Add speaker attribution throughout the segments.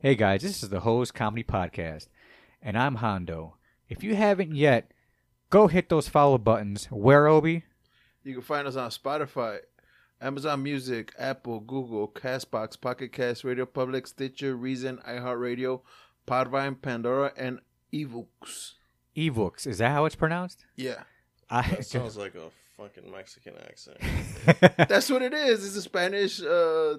Speaker 1: Hey guys, this is the Hose Comedy Podcast, and I'm Hondo. If you haven't yet, go hit those follow buttons. Where Obi?
Speaker 2: You can find us on Spotify, Amazon Music, Apple, Google, Castbox, Pocket Cast, Radio Public, Stitcher, Reason, iHeartRadio, Podvine, Pandora, and Evooks.
Speaker 1: Evooks. Is that how it's pronounced?
Speaker 2: Yeah,
Speaker 1: I
Speaker 3: That sounds like a fucking Mexican accent.
Speaker 2: that's what it is. It's a Spanish uh,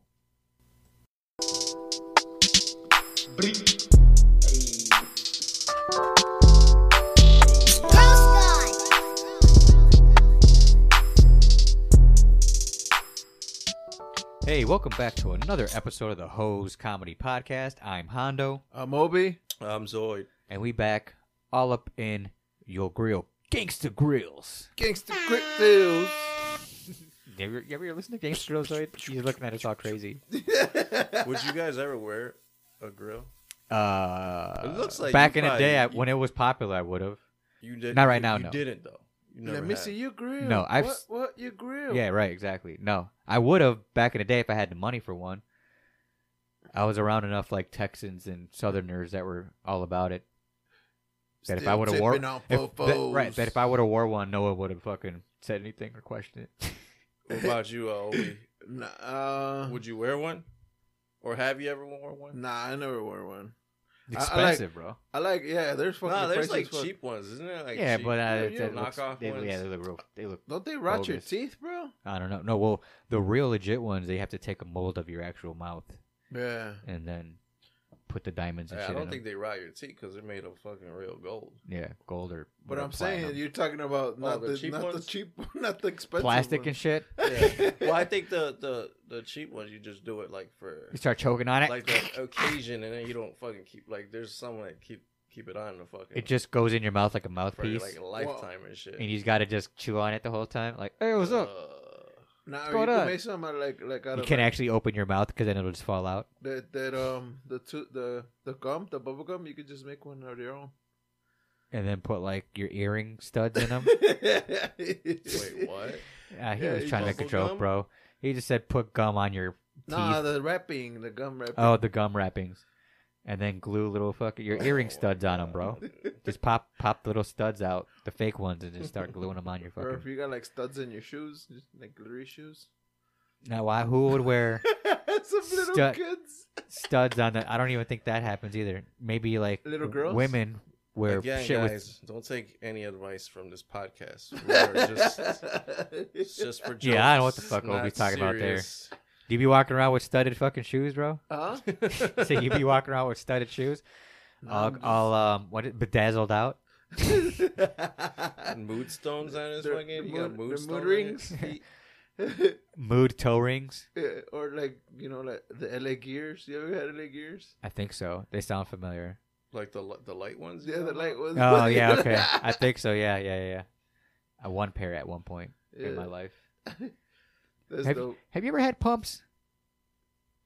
Speaker 1: Hey, welcome back to another episode of the Hose Comedy Podcast. I'm Hondo.
Speaker 2: Uh, Moby,
Speaker 3: I'm Um, Zoid.
Speaker 1: and we back all up in your grill. Gangsta Grills.
Speaker 2: Gangsta Crit Deals.
Speaker 1: You ever, you ever listen to Gangsta Grills? Right? You're looking at us all crazy.
Speaker 3: Would you guys ever wear a grill?
Speaker 1: Uh,
Speaker 3: It looks like
Speaker 1: back
Speaker 3: you
Speaker 1: in the
Speaker 3: probably-
Speaker 1: day I,
Speaker 3: you-
Speaker 1: when it was popular, I would have.
Speaker 3: You did
Speaker 1: Not right
Speaker 3: you-
Speaker 1: now,
Speaker 3: You
Speaker 1: no.
Speaker 3: didn't though. You never
Speaker 2: Let me
Speaker 3: had.
Speaker 2: see your grill.
Speaker 1: No, I've
Speaker 2: What,
Speaker 1: s-
Speaker 2: what your grill?
Speaker 1: Yeah, right. Exactly. No, I would have back in the day if I had the money for one. I was around enough like Texans and Southerners that were all about it. That if I
Speaker 2: Still
Speaker 1: would have wore,
Speaker 2: tipping on
Speaker 1: if- that,
Speaker 2: fofos.
Speaker 1: right? That if I would have wore one, no one would have fucking said anything or questioned it.
Speaker 3: What about you, uh, Obi?
Speaker 2: Nah, uh,
Speaker 3: Would you wear one, or have you ever worn one?
Speaker 2: nah, I never wore one. I- I like-
Speaker 1: Expensive, bro.
Speaker 2: I like, yeah, there's fucking.
Speaker 3: nah, there's
Speaker 2: pricey
Speaker 3: like
Speaker 2: as fuck.
Speaker 3: cheap ones, isn't there? Like
Speaker 1: yeah,
Speaker 3: cheap-
Speaker 1: but uh,
Speaker 3: you
Speaker 1: it,
Speaker 3: know,
Speaker 1: it looks,
Speaker 3: knockoff
Speaker 1: they,
Speaker 3: ones.
Speaker 1: yeah, they look real. They look.
Speaker 2: Don't they rot your
Speaker 1: Bogus.
Speaker 2: teeth, bro?
Speaker 1: I don't know. No, well, the real legit ones they have to take a mold of your actual mouth
Speaker 2: Yeah.
Speaker 1: and then put the diamonds and
Speaker 3: Yeah, I
Speaker 1: shit.
Speaker 3: don't
Speaker 1: in
Speaker 3: think they rot your teeth because they're made of fucking real gold.
Speaker 1: them. Yeah, gold or.
Speaker 2: But
Speaker 1: or
Speaker 2: I'm saying
Speaker 1: platinum.
Speaker 2: you're talking about not
Speaker 3: Oh, the
Speaker 2: the,
Speaker 3: cheap
Speaker 2: not
Speaker 3: ones?
Speaker 2: the cheap, not the expensive
Speaker 1: plastic and
Speaker 2: ones.
Speaker 1: shit.
Speaker 3: Yeah. well, I think the, the the cheap ones you just do it like for
Speaker 1: You start choking on it.
Speaker 3: like the occasion, and then you don't fucking keep like there's someone that keep keep it on the fucking
Speaker 1: it just goes in your mouth like a
Speaker 3: for
Speaker 1: mouthpiece,
Speaker 3: like a lifetime and shit.
Speaker 1: and you just gotta just chew on it the whole time. Like, hey, what's up?
Speaker 3: Uh,
Speaker 2: Now you
Speaker 1: going
Speaker 2: can
Speaker 1: on?
Speaker 2: make some out of like like out
Speaker 1: You
Speaker 2: of
Speaker 1: can
Speaker 2: like,
Speaker 1: actually open your mouth because then it'll just fall out.
Speaker 2: that that um the two the the gum the bubble gum you could just make one out of your own.
Speaker 1: And then put like your earring studs in them.
Speaker 3: wait, what?
Speaker 1: uh, he
Speaker 2: Yeah,
Speaker 1: was
Speaker 2: you
Speaker 1: trying to make a
Speaker 3: bubble
Speaker 1: joke,
Speaker 3: gum?
Speaker 1: bro. He just said put gum on your teeth.
Speaker 2: Nah, the wrapping, the gum wrapping.
Speaker 1: Oh, the gum wrappings, and then glue little fucking your earring
Speaker 3: Oh,
Speaker 1: studs on them, bro. Just pop pop the little studs out, the fake ones, and just start gluing them on your
Speaker 2: or if
Speaker 1: fucking.
Speaker 2: you got like studs in your shoes, just, like glittery shoes.
Speaker 1: Now, why who would wear
Speaker 2: some little
Speaker 1: Stud-
Speaker 2: kids.
Speaker 1: studs on that? I don't even think that happens either. Maybe like
Speaker 2: Little girls?
Speaker 1: women wear
Speaker 3: Again,
Speaker 1: shit with.
Speaker 3: guys, don't take any advice from this podcast. We are just, it's just for jokes.
Speaker 1: Yeah, I know what the fuck
Speaker 3: not
Speaker 1: Obi's talking about there.
Speaker 3: serious.
Speaker 1: Do you be walking around with studded fucking shoes, bro?
Speaker 2: huh?
Speaker 1: so you be walking around with studded shoes, all, all um, what is- bedazzled out.
Speaker 2: mood,
Speaker 3: mood stones on his
Speaker 2: The-
Speaker 3: fucking.
Speaker 2: the
Speaker 3: you got
Speaker 2: mood-
Speaker 3: mood,
Speaker 2: the
Speaker 3: stone
Speaker 2: mood
Speaker 3: on it?
Speaker 2: rings?
Speaker 1: Mood toe rings.
Speaker 2: Yeah, or like you know like the LA Gears. You ever had LA Gears?
Speaker 1: I think so. They sound familiar.
Speaker 3: like the li- the light ones. you
Speaker 2: Yeah, the
Speaker 3: talking
Speaker 2: light was.
Speaker 1: Oh yeah, okay. I think so. Yeah, yeah, yeah, yeah. I one pair at one point in my
Speaker 2: Yeah,
Speaker 1: life.
Speaker 2: That's
Speaker 1: Have,
Speaker 2: dope.
Speaker 1: have you ever had pumps?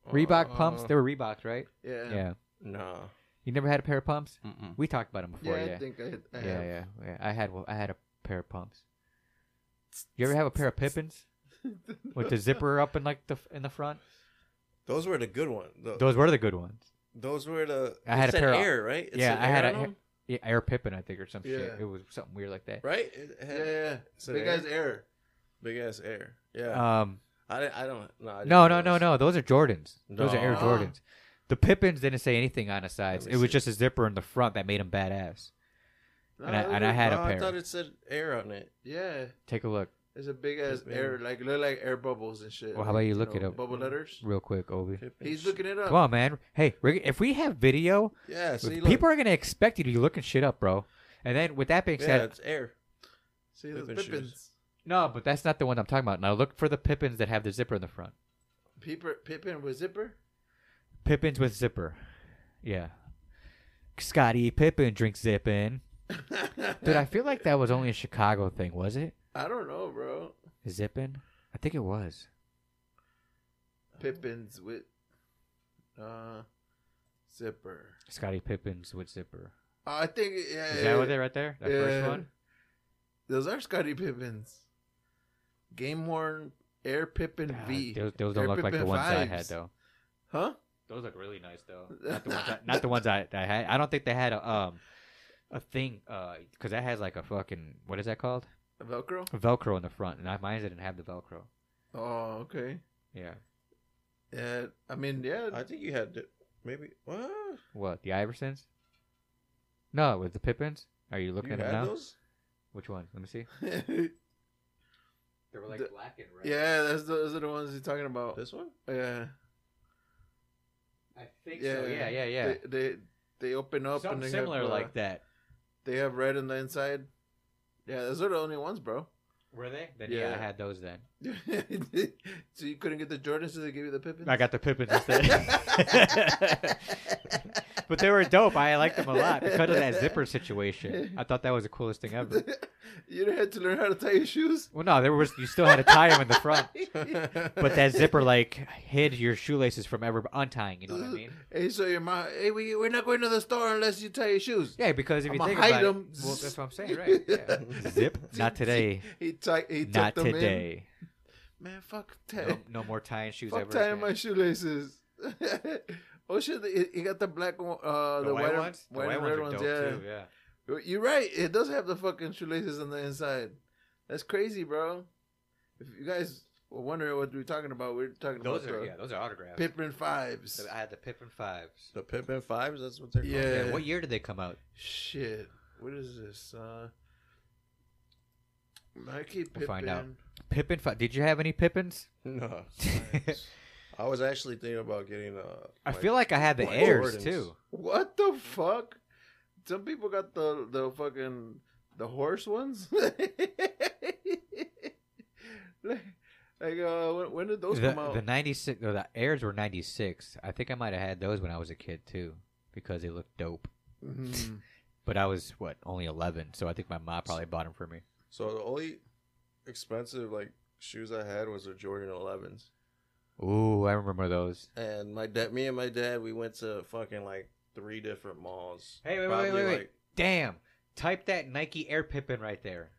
Speaker 3: about?
Speaker 1: Reebok pumps?
Speaker 3: Uh,
Speaker 1: They were Reeboks, right?
Speaker 2: Yeah.
Speaker 1: Yeah.
Speaker 2: Yeah,
Speaker 3: Nah.
Speaker 1: You never had a pair of pumps?
Speaker 3: Mm-mm.
Speaker 1: We talked about them before. Yeah.
Speaker 2: I think I, I
Speaker 1: yeah,
Speaker 2: have.
Speaker 1: yeah, yeah. I had one- I had a pair of pumps. You ever have a pair of Pippins with the zipper up in like the in the front?
Speaker 3: Those were the good ones. Tho- Those,
Speaker 1: Those were the good ones.
Speaker 3: were the.
Speaker 1: I had
Speaker 3: it
Speaker 1: a
Speaker 3: said
Speaker 1: pair of-
Speaker 3: air, right? It
Speaker 1: yeah,
Speaker 3: said
Speaker 1: I had
Speaker 3: air
Speaker 1: a-
Speaker 3: on 'em,
Speaker 1: Yeah, Air Pippin, I think, or some shit.
Speaker 2: Yeah.
Speaker 1: It was something weird like that.
Speaker 3: right. It
Speaker 2: Yeah,
Speaker 3: had
Speaker 2: yeah, yeah.
Speaker 3: So
Speaker 2: Big
Speaker 3: there-
Speaker 2: guy's air.
Speaker 3: Big ass air. Yeah.
Speaker 1: Um,
Speaker 3: I, didn't- I don't. No, I didn't
Speaker 1: no,
Speaker 3: have
Speaker 1: no, no,
Speaker 3: those.
Speaker 1: no. Those are Jordans. Those are Air
Speaker 3: No.
Speaker 1: Jordans. The Pippins didn't say anything on the sides.
Speaker 3: me
Speaker 1: It was
Speaker 3: see.
Speaker 1: just a zipper in the front that made them badass.
Speaker 2: No,
Speaker 1: And I-
Speaker 2: those
Speaker 1: and I
Speaker 2: are-
Speaker 1: had a
Speaker 3: No,
Speaker 1: pair.
Speaker 3: Oh, I thought it said air on it.
Speaker 2: Oh, Yeah,
Speaker 1: Take a look,
Speaker 2: there's a big ass
Speaker 3: Yeah.
Speaker 2: air, like look like air bubbles and shit.
Speaker 1: Well, how
Speaker 2: like,
Speaker 1: about you look it
Speaker 2: know,
Speaker 1: up?
Speaker 2: Bubble letters.
Speaker 1: real quick, Obi.
Speaker 2: He's looking it up.
Speaker 1: Come on, man. Hey, we're, if we have video,
Speaker 3: Yeah. See, look.
Speaker 1: people are gonna expect you to be looking shit up, bro. And then with that being
Speaker 3: Yeah,
Speaker 1: said,
Speaker 3: it's air.
Speaker 2: See those
Speaker 3: Pippin shoes.
Speaker 2: pippins.
Speaker 1: no, but that's not the one I'm talking about. Now look for the Pippins that have the zipper in the front.
Speaker 2: Peeper, pippin with zipper.
Speaker 1: Pippins with zipper. Yeah. Scotty Pippen drink zip in. Dude, I feel like that was only a Chicago thing, was it?
Speaker 2: I don't know, bro.
Speaker 1: Zipping? I think it was.
Speaker 2: Pippins with uh zipper.
Speaker 1: Scotty Pippen's with zipper.
Speaker 2: I think yeah.
Speaker 1: Is
Speaker 3: Uh,
Speaker 1: that what they right there? That first
Speaker 2: yeah.
Speaker 1: one?
Speaker 2: Those are Scotty Pippins. Game worn Air Pippin
Speaker 1: Ah,
Speaker 2: V.
Speaker 1: Those, those don't
Speaker 2: Air
Speaker 1: look like the
Speaker 2: Pippin
Speaker 1: ones I had
Speaker 2: vibes.
Speaker 1: though.
Speaker 2: Huh?
Speaker 1: Those look really nice though. Not the ones I, not the ones I, I had. I don't think they had a um a thing uh because that has like a fucking what is that called
Speaker 2: Velcro?
Speaker 1: Velcro in the front, and I, mine didn't have the Velcro.
Speaker 2: Oh, okay.
Speaker 1: Yeah.
Speaker 2: Yeah, I mean, yeah.
Speaker 3: I think you had di- maybe what?
Speaker 1: What the Iversons? No, with the Pippins. Are you looking
Speaker 3: you
Speaker 1: at them
Speaker 3: had
Speaker 1: now?
Speaker 3: those?
Speaker 1: Which one? Let me see. They were
Speaker 2: like, The-
Speaker 1: black and red.
Speaker 2: yeah, that's those are the ones you're talking about.
Speaker 3: This one?
Speaker 2: Yeah.
Speaker 1: I think
Speaker 2: so.
Speaker 1: so. Yeah,
Speaker 2: Yeah.
Speaker 1: yeah, yeah.
Speaker 2: They, they they open up and
Speaker 1: Something
Speaker 2: they
Speaker 1: similar
Speaker 2: have, uh,
Speaker 1: like that.
Speaker 2: They have red on the inside. Yeah, those are the only ones, bro.
Speaker 1: Were they? Then yeah,
Speaker 2: yeah.
Speaker 1: I had those then.
Speaker 2: so you couldn't get the Jordans, so they gave you the Pippins.
Speaker 1: I got the Pippins instead. but they were dope. I liked them a lot because of that zipper situation. I thought that was the coolest thing ever.
Speaker 2: you had to learn how to tie your shoes.
Speaker 1: Well, no, there was you still had to tie them in the front, but
Speaker 2: but
Speaker 1: that zipper like hid your shoelaces from ever untying. You know what I mean?
Speaker 2: Hey, so your mom. Hey, we we're not going to the store unless you tie your shoes.
Speaker 1: Yeah, because if you
Speaker 2: I'ma
Speaker 1: think
Speaker 2: hide
Speaker 1: about it,
Speaker 2: them.
Speaker 1: well, that's what I'm saying, right? Yeah. Zip, not today,
Speaker 2: He tied. He
Speaker 1: not
Speaker 2: tucked them in.
Speaker 1: today.
Speaker 2: Man, fuck
Speaker 1: No,
Speaker 2: tie.
Speaker 1: no more tying shoes
Speaker 2: Fuck
Speaker 1: ever.
Speaker 2: tying
Speaker 1: again.
Speaker 2: my shoelaces. oh shit! He, he got the black one. Uh, the,
Speaker 1: the, white
Speaker 2: and-
Speaker 1: ones, the
Speaker 2: white
Speaker 1: white
Speaker 2: and
Speaker 1: ones
Speaker 2: red
Speaker 1: are dope
Speaker 2: yeah.
Speaker 1: too. Yeah.
Speaker 2: You're right. It does have the fucking shoelaces on the inside. That's crazy, bro. If you guys were wondering what we're talking about, we're talking
Speaker 1: Those
Speaker 2: about
Speaker 1: are
Speaker 2: the
Speaker 1: yeah, those are autographs.
Speaker 2: Pippin fives.
Speaker 1: I had the Pippin fives.
Speaker 3: The Pippin Fives. That's what they're called.
Speaker 2: Yeah.
Speaker 1: Yeah, what year did they come out?
Speaker 2: Shit. What is this? Uh, Nike
Speaker 1: We'll
Speaker 2: Pippin.
Speaker 1: find out. Pippin. Fi- did you have any Pippins?
Speaker 3: No. I was actually thinking about getting. Uh,
Speaker 1: I feel like I had the
Speaker 3: White
Speaker 1: airs
Speaker 3: Jordans.
Speaker 1: too.
Speaker 2: What the fuck? Some people got the the fucking the horse ones. like, like uh, when, when did those come
Speaker 1: The,
Speaker 2: out?
Speaker 1: the ninety six or the airs were ninety six. I think I might have had those when I was a kid too, because they looked dope.
Speaker 2: Mhm.
Speaker 1: But I was what only eleven, so I think my mom probably bought them for me.
Speaker 3: So the only expensive like shoes I had was the Jordan 11s.
Speaker 1: Ooh, I remember those.
Speaker 3: And my dad, me and my dad, we went to fucking like three different malls.
Speaker 1: Hey, wait, wait, wait, wait, wait. Damn! Type that Nike Air Pippin right there.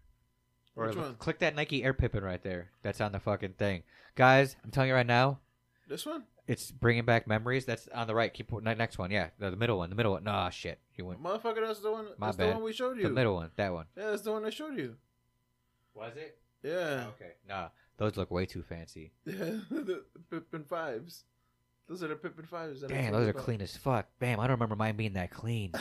Speaker 1: Or
Speaker 2: Which one?
Speaker 1: click that Nike Air Pippin right there. That's on the fucking thing, guys. I'm telling you right now,
Speaker 2: This one?
Speaker 1: it's bringing back memories. That's on the right. Keep ne- next one. Yeah, the, the middle one. The middle one. Nah, shit. You went
Speaker 2: Motherfucker, that's the one.
Speaker 1: My
Speaker 2: that's the
Speaker 1: bad.
Speaker 2: one we showed you.
Speaker 1: the middle one. That one.
Speaker 2: Yeah, that's the one I showed you.
Speaker 1: Was it?
Speaker 3: Oh.
Speaker 2: Yeah.
Speaker 1: Okay. Nah, those look way too fancy.
Speaker 2: Yeah, the Pippin fives. Those are the Pippin fives. that I
Speaker 1: Damn,
Speaker 2: told
Speaker 1: those
Speaker 2: you
Speaker 1: are
Speaker 2: about.
Speaker 1: clean as fuck. Damn, I don't remember mine being that clean.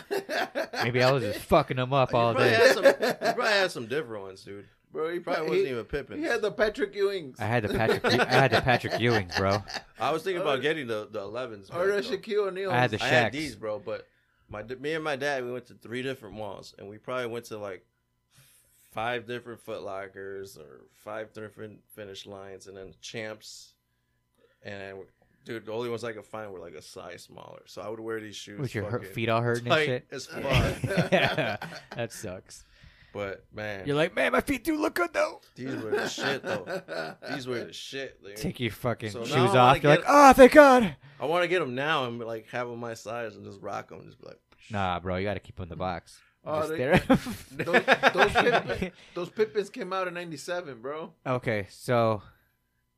Speaker 1: Maybe I was just fucking them up
Speaker 3: You
Speaker 1: all
Speaker 3: probably,
Speaker 1: day.
Speaker 3: had some, you probably had some different ones, dude.
Speaker 2: Bro, he
Speaker 3: Probably wasn't even Pippin.
Speaker 2: He had the Patrick Ewings.
Speaker 1: I had the Patrick. Ew- I had the Patrick Ewing, bro.
Speaker 3: I was thinking
Speaker 2: Or-
Speaker 3: about getting the the 11s.
Speaker 2: Or
Speaker 3: back,
Speaker 2: the
Speaker 3: though.
Speaker 2: Shaquille O'Neal.
Speaker 1: I had the
Speaker 3: I had
Speaker 1: Shacks.
Speaker 3: these, bro. But my me and my dad, we went to three different malls, and we probably went to like five different Foot Lockers or five different Finish Lines, and then Champs. And dude, the only ones I could find were like a size smaller. So I would wear these shoes.
Speaker 1: With your hurt,
Speaker 3: fucking
Speaker 1: feet all hurting and
Speaker 3: tight
Speaker 1: shit.
Speaker 3: as fuck.
Speaker 1: that sucks.
Speaker 3: but man,
Speaker 1: You're like, man, my feet do look good though.
Speaker 3: these were the shit though. These were the shit. dude.
Speaker 1: Take your fucking
Speaker 3: So now I
Speaker 1: shoes
Speaker 3: wanna
Speaker 1: off. You're like,
Speaker 3: get-
Speaker 1: oh, thank God.
Speaker 3: I want to get them now and like have them my size and just rock them. Just be like,
Speaker 1: Nah, bro, you got to keep 'em in the box.
Speaker 2: Oh,
Speaker 1: Just
Speaker 2: they-
Speaker 1: stare at 'em.
Speaker 2: those, those, Pippin, those Pippins came out in '97, bro.
Speaker 1: okay, so,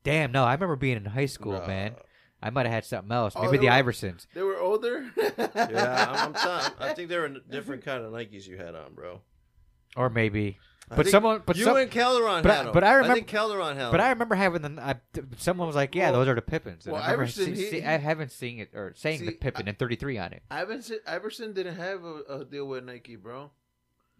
Speaker 1: damn, no, I remember being in high school,
Speaker 3: nah.
Speaker 1: man. I might have had something else.
Speaker 2: Oh,
Speaker 1: Maybe
Speaker 2: they
Speaker 1: the
Speaker 2: were-
Speaker 1: Iversons.
Speaker 2: They were older.
Speaker 3: Yeah, I'm, I'm telling. I think there were different kind of Nikes you had on, bro.
Speaker 1: or maybe.
Speaker 3: I
Speaker 1: But
Speaker 3: think
Speaker 1: someone, but
Speaker 3: you
Speaker 1: some,
Speaker 3: and Calderon
Speaker 1: but I-
Speaker 3: had 'em.
Speaker 1: but I
Speaker 3: I
Speaker 1: remember-
Speaker 3: think Calderon had
Speaker 1: but I
Speaker 3: 'em.
Speaker 1: remember having the. I, someone was like, "Yeah,
Speaker 2: Well-
Speaker 1: those are the Pippins." And
Speaker 2: well,
Speaker 1: I, remember
Speaker 2: Iverson,
Speaker 1: see-
Speaker 2: he-
Speaker 1: see- I haven't seen it or saying the
Speaker 2: See,
Speaker 1: Pippin and 33 on it.
Speaker 2: Iverson, Iverson didn't have a, a deal with Nike, bro.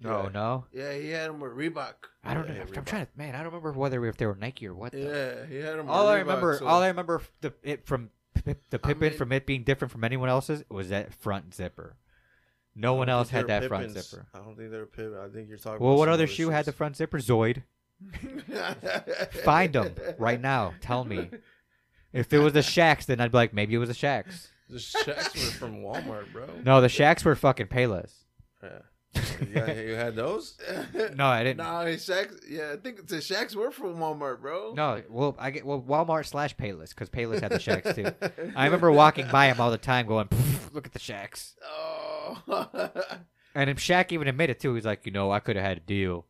Speaker 1: No,
Speaker 3: Yeah.
Speaker 1: Oh, no,
Speaker 2: Yeah, he had them with Reebok.
Speaker 1: I don't
Speaker 3: Yeah,
Speaker 1: know. I'm,
Speaker 3: Reebok.
Speaker 1: trying to, man. I don't remember whether if they were Nike or what. though.
Speaker 2: Yeah, he had them.
Speaker 1: All
Speaker 2: with
Speaker 1: I
Speaker 2: Reebok,
Speaker 1: remember,
Speaker 2: so-
Speaker 1: all I remember f- the it from Pip- the
Speaker 2: I
Speaker 1: Pippin
Speaker 2: mean-
Speaker 1: from it being different from anyone else's was that front zipper. No one
Speaker 3: I don't
Speaker 1: else
Speaker 3: think
Speaker 1: had
Speaker 3: they were
Speaker 1: that front
Speaker 3: Pippins.
Speaker 1: zipper.
Speaker 3: I don't think they were Pippin. I think you're talking.
Speaker 1: Well,
Speaker 3: about
Speaker 1: what
Speaker 3: some
Speaker 1: other shoe had the
Speaker 3: shoes.
Speaker 1: front zipper? Zoid. Find them right now. Tell me. If it was the Shacks, then I'd be like, maybe it was the Shacks.
Speaker 3: The shacks were from Walmart, bro.
Speaker 1: No, the shacks were fucking Payless.
Speaker 3: Yeah. You, got- you had those?
Speaker 1: No, I didn't.
Speaker 2: Nah, his Shaq's, yeah, I think the Shaq's were from Walmart, bro.
Speaker 1: No, well, I get well Walmart slash Payless because Payless had the shacks too. I remember walking by him all the time, going, "Pff, "Look at the shacks."
Speaker 2: Oh.
Speaker 1: And him Shaq even admitted too. He's like, you know, I could have had a deal,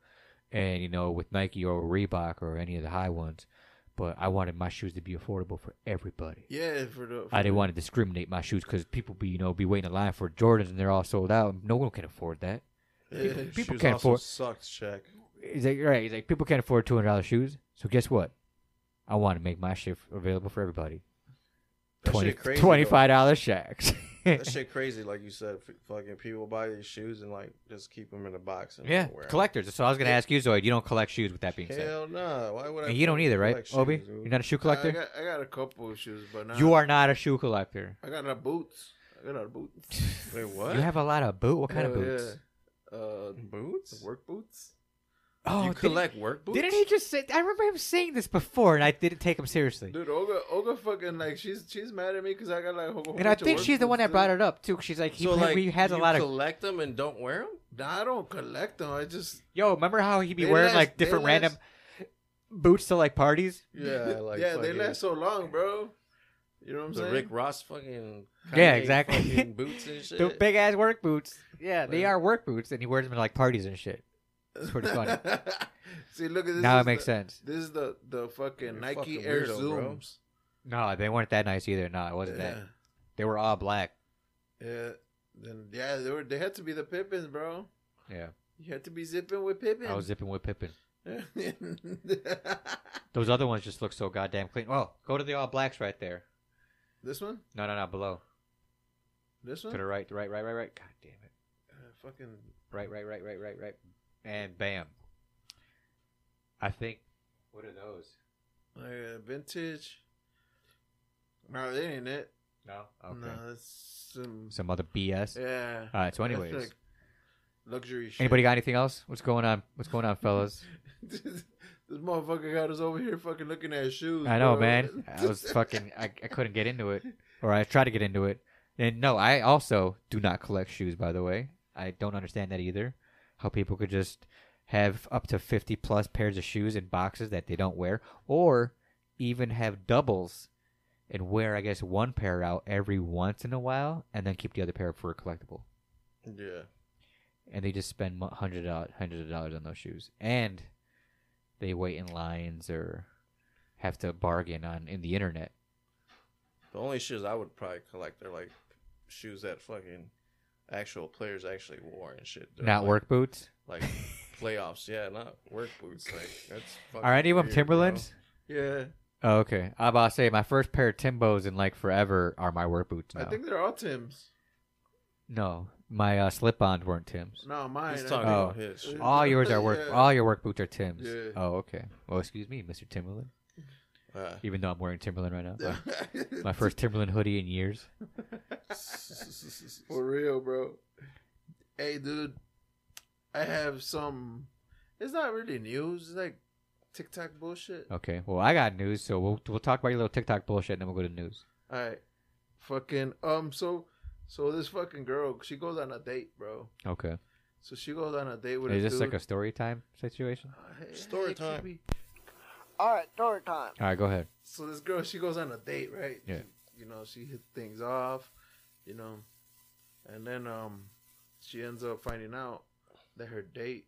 Speaker 1: and you know, with Nike or Reebok or any of the high ones, but I wanted my shoes to be affordable for everybody.
Speaker 2: yeah, for the. For
Speaker 1: I didn't want to discriminate my shoes because people be you know be waiting in line for Jordans and they're all sold out. No one can afford that.
Speaker 3: People,
Speaker 1: people can't afford-
Speaker 3: Sucked shack.
Speaker 1: He's like, right? He's like, people can't afford two hundred dollars shoes, so guess what? I want to make my shit available for everybody.
Speaker 3: That
Speaker 1: Twenty
Speaker 3: shit crazy,
Speaker 1: twenty five dollars shacks.
Speaker 3: though. That shit crazy, like you said. f- Fucking people buy these shoes and like just keep them in a box. And
Speaker 1: yeah,
Speaker 3: wear 'em.
Speaker 1: collectors. So I was gonna ask you, Zoid, you don't collect shoes. With that being said,
Speaker 3: Hell no. Why would I?
Speaker 1: and you don't
Speaker 3: fucking
Speaker 1: either, right,
Speaker 3: collect
Speaker 1: Obi?
Speaker 3: shoes, dude?
Speaker 1: You're not a shoe
Speaker 2: I
Speaker 1: collector.
Speaker 2: got, I got a couple of shoes, but not.
Speaker 1: You are not a shoe collector.
Speaker 2: I got a boots. I got a boots.
Speaker 3: Wait, what?
Speaker 1: You have a lot of boot. What kind of
Speaker 2: Hell
Speaker 1: boots?
Speaker 2: Yeah. Uh,
Speaker 3: boots?
Speaker 2: work boots.
Speaker 1: Oh,
Speaker 3: you
Speaker 1: didn't-
Speaker 3: collect work boots?
Speaker 1: Didn't, he just say? I remember him saying this before, and I didn't take him seriously.
Speaker 2: Dude, Olga, Olga, fucking like she's she's mad at me because I got like. a whole bunch
Speaker 1: and I
Speaker 2: of
Speaker 1: think
Speaker 2: work
Speaker 1: she's the
Speaker 2: boots,
Speaker 1: one that
Speaker 2: dude.
Speaker 1: brought it up too. 'cause She's like, he,
Speaker 3: so
Speaker 1: had-
Speaker 3: like,
Speaker 1: we has a
Speaker 3: you
Speaker 1: lot of.
Speaker 3: collect them and don't wear them.
Speaker 2: Nah, I don't collect them. I just
Speaker 1: Yo, remember how he'd be
Speaker 2: They
Speaker 1: wearing
Speaker 2: last-
Speaker 1: like
Speaker 2: they
Speaker 1: different
Speaker 2: last-
Speaker 1: random boots to like parties?
Speaker 3: Yeah, like
Speaker 2: yeah, they
Speaker 3: fucking
Speaker 2: last so long, bro. You know what I'm
Speaker 3: the
Speaker 2: saying?
Speaker 3: Rick Ross fucking
Speaker 1: Yeah,
Speaker 3: Kanye
Speaker 1: exactly.
Speaker 3: fucking boots and shit.
Speaker 1: The big ass work boots. Yeah, they
Speaker 3: Like-
Speaker 1: are work boots, and he wears them to like parties and shit. It's pretty funny.
Speaker 2: See, look at this.
Speaker 1: now
Speaker 2: is
Speaker 1: it makes
Speaker 2: the,
Speaker 1: sense.
Speaker 2: This is the the fucking
Speaker 3: You're
Speaker 2: Nike
Speaker 3: fucking
Speaker 2: Air
Speaker 3: weirdo, bro.
Speaker 2: Zooms.
Speaker 1: No, they weren't that nice either. No, it wasn't
Speaker 2: Yeah.
Speaker 1: that. They were all black.
Speaker 2: yeah. Then yeah, they were. They had to be the Pippins, bro.
Speaker 1: Yeah,
Speaker 2: You had to be zipping with Pippin.
Speaker 1: I was zipping with Pippin.
Speaker 2: this
Speaker 1: Those other ones just look so goddamn clean. Oh, go to the all blacks right there.
Speaker 2: one?
Speaker 1: No, no, no, below.
Speaker 2: This
Speaker 1: To
Speaker 2: one?
Speaker 1: the right, right, right, right, right. God damn it.
Speaker 2: Uh, fucking
Speaker 1: Right, right, right, right, right, right. And bam. I think. What are those?
Speaker 2: uh, vintage. No, that ain't it.
Speaker 1: No? Okay.
Speaker 2: No, that's some.
Speaker 1: Some other BS.
Speaker 2: Yeah.
Speaker 1: All right, so,
Speaker 2: That's
Speaker 1: anyways.
Speaker 2: like luxury shit.
Speaker 1: Anybody got anything else? What's going on? What's going on, fellas?
Speaker 2: this motherfucker got us over here fucking looking at shoes.
Speaker 1: I know,
Speaker 2: bro.
Speaker 1: man. I was fucking. I, I couldn't get into it, or I tried to get into it. And no, I also do not collect shoes. By the way, I don't understand that either. How people could just have up to fifty plus pairs of shoes in boxes that they don't wear, or even have doubles and wear, I guess, one pair out every once in a while, and then keep the other pair for a collectible.
Speaker 3: Yeah.
Speaker 1: And they just spend mu- hundred dollars, hundreds of dollars on those shoes, and they wait in lines or have to bargain on in the internet.
Speaker 3: The only shoes I would probably collect are like shoes that fucking actual players actually wore and shit. They're
Speaker 1: Not
Speaker 3: like-
Speaker 1: work boots.
Speaker 3: Like playoffs, yeah, not work boots. Like that's. Fucking
Speaker 1: Are any of them
Speaker 3: weird,
Speaker 1: Timberlands?
Speaker 2: Yeah.
Speaker 1: Oh, okay, I'm about to say my first pair of Timbos in like forever are my work boots now.
Speaker 2: I think they're all Tim's.
Speaker 1: No, my uh, slip-ons weren't Tims.
Speaker 2: No,
Speaker 3: bro.
Speaker 2: mine. uh,
Speaker 3: He's talking
Speaker 1: Oh.
Speaker 3: about his. shit.
Speaker 1: All yours are work.
Speaker 2: Yeah.
Speaker 1: All your work boots are Tims.
Speaker 2: Yeah.
Speaker 1: Oh, okay. Well, excuse me, Mr. Timberland.
Speaker 3: Uh,
Speaker 1: Even though I'm wearing Timberland right now, Uh, my first Timberland hoodie in years.
Speaker 2: For real, bro. Hey, dude, I have some. It's not really news. It's like TikTok bullshit.
Speaker 1: Okay. Well, I got news, so we'll we'll talk about your little TikTok bullshit, and then we'll go to news.
Speaker 2: All right, fucking um. So, so this fucking girl, she goes on a date, bro.
Speaker 1: Okay.
Speaker 2: So she goes on a date with.
Speaker 1: Is
Speaker 2: a
Speaker 1: this
Speaker 2: dude.
Speaker 1: like a story time situation?
Speaker 2: Uh, hey,
Speaker 3: Story
Speaker 2: hey, it could
Speaker 3: time.
Speaker 2: be.
Speaker 4: All right, story time.
Speaker 1: All right, go ahead.
Speaker 2: So this girl, she goes on a date, right?
Speaker 1: Yeah.
Speaker 2: You know, she hit things off, you know, and then um, she ends up finding out that her date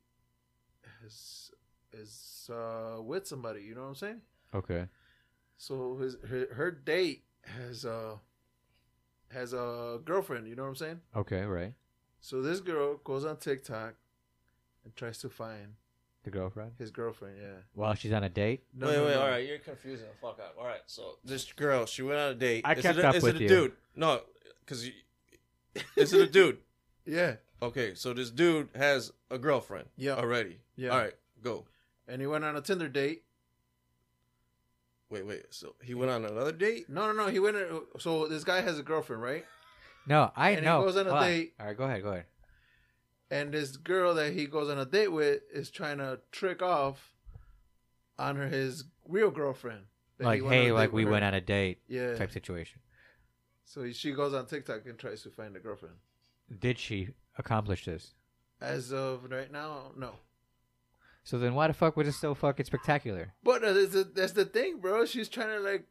Speaker 2: is is uh with somebody. You know what I'm saying?
Speaker 1: Okay.
Speaker 2: So his her, her date has uh has a girlfriend. You know what I'm saying?
Speaker 1: Okay. Right.
Speaker 2: So this girl goes on TikTok and tries to find
Speaker 1: The girlfriend.
Speaker 2: his girlfriend. Yeah.
Speaker 1: While she's on a date.
Speaker 2: No,
Speaker 3: wait,
Speaker 2: no,
Speaker 3: wait,
Speaker 2: no.
Speaker 3: all right, you're confusing the fuck up. All right, so this girl, she went on a date.
Speaker 1: I
Speaker 3: Is
Speaker 1: kept
Speaker 3: it a,
Speaker 1: up
Speaker 3: is
Speaker 1: with
Speaker 3: it a
Speaker 1: you.
Speaker 3: dude? No, because you. Is it a dude?
Speaker 2: Yeah.
Speaker 3: Okay, so this dude has a girlfriend.
Speaker 2: Yeah.
Speaker 3: Already.
Speaker 2: Yeah.
Speaker 3: All right, go.
Speaker 2: And he went on a Tinder date.
Speaker 3: Wait, wait. So he went on another date?
Speaker 2: No, no, no. He went. So this guy has a girlfriend, right?
Speaker 1: No, I
Speaker 2: And he
Speaker 1: know.
Speaker 2: goes on a
Speaker 1: Hold
Speaker 2: date.
Speaker 1: All right, go ahead. Go ahead.
Speaker 2: and this girl that he goes on a date with is trying to trick off on her his real girlfriend. that
Speaker 1: Like,
Speaker 2: he went on a
Speaker 1: hey,
Speaker 2: date
Speaker 1: like
Speaker 2: with
Speaker 1: we
Speaker 2: her.
Speaker 1: went on a date
Speaker 2: Yeah.
Speaker 1: type situation.
Speaker 2: So she goes on TikTok and tries to find a girlfriend.
Speaker 1: Did she accomplish this?
Speaker 2: As of right now, no.
Speaker 1: So then why the fuck was it so fucking spectacular?
Speaker 2: But uh, that's the, that's the thing, bro. She's trying to like,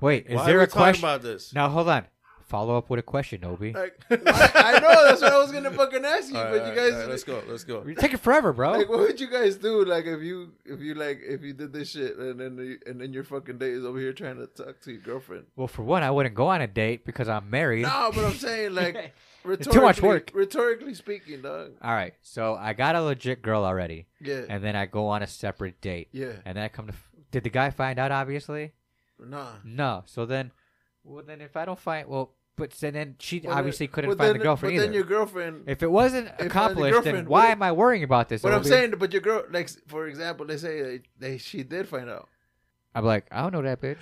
Speaker 1: Wait, is
Speaker 3: Why
Speaker 1: there
Speaker 3: are we
Speaker 1: a
Speaker 3: talking
Speaker 1: question?
Speaker 3: about this?
Speaker 1: Now hold on. Follow up with a question, Obi.
Speaker 2: like I know that's what I was gonna fucking ask you,
Speaker 3: All right,
Speaker 2: but
Speaker 3: all
Speaker 2: you
Speaker 3: right,
Speaker 2: guys,
Speaker 3: all right, let's go. Let's go.
Speaker 1: You're taking forever, bro.
Speaker 2: like, what would you guys do? Like, if you if you like if you did this shit and then you, and then your fucking date is over here trying to talk to your girlfriend.
Speaker 1: well, for one, I wouldn't go on a date because I'm married.
Speaker 2: No, but I'm saying like rhetorically,
Speaker 1: too much work.
Speaker 2: Rhetorically speaking, dog.
Speaker 1: All right, so I got a legit girl already,
Speaker 2: Yeah,
Speaker 1: and then I go on a separate date,
Speaker 2: yeah.
Speaker 1: and then I come to. F- Did the guy find out? Obviously,
Speaker 2: Nah.
Speaker 1: no. So then, well, then if I don't find, well, but so then she
Speaker 2: Well,
Speaker 1: obviously
Speaker 2: then-
Speaker 1: couldn't
Speaker 2: but
Speaker 1: find
Speaker 2: then-
Speaker 1: the girlfriend
Speaker 2: but
Speaker 1: either.
Speaker 2: then your girlfriend.
Speaker 1: if it wasn't
Speaker 2: the
Speaker 1: accomplished, then
Speaker 2: girlfriend
Speaker 1: why
Speaker 2: would-
Speaker 1: am I worrying about this?
Speaker 2: But I'm
Speaker 1: Obi?
Speaker 2: saying, but your girl, like, for example, let's say they, they she did find out.
Speaker 1: I'm like, I don't know that bitch.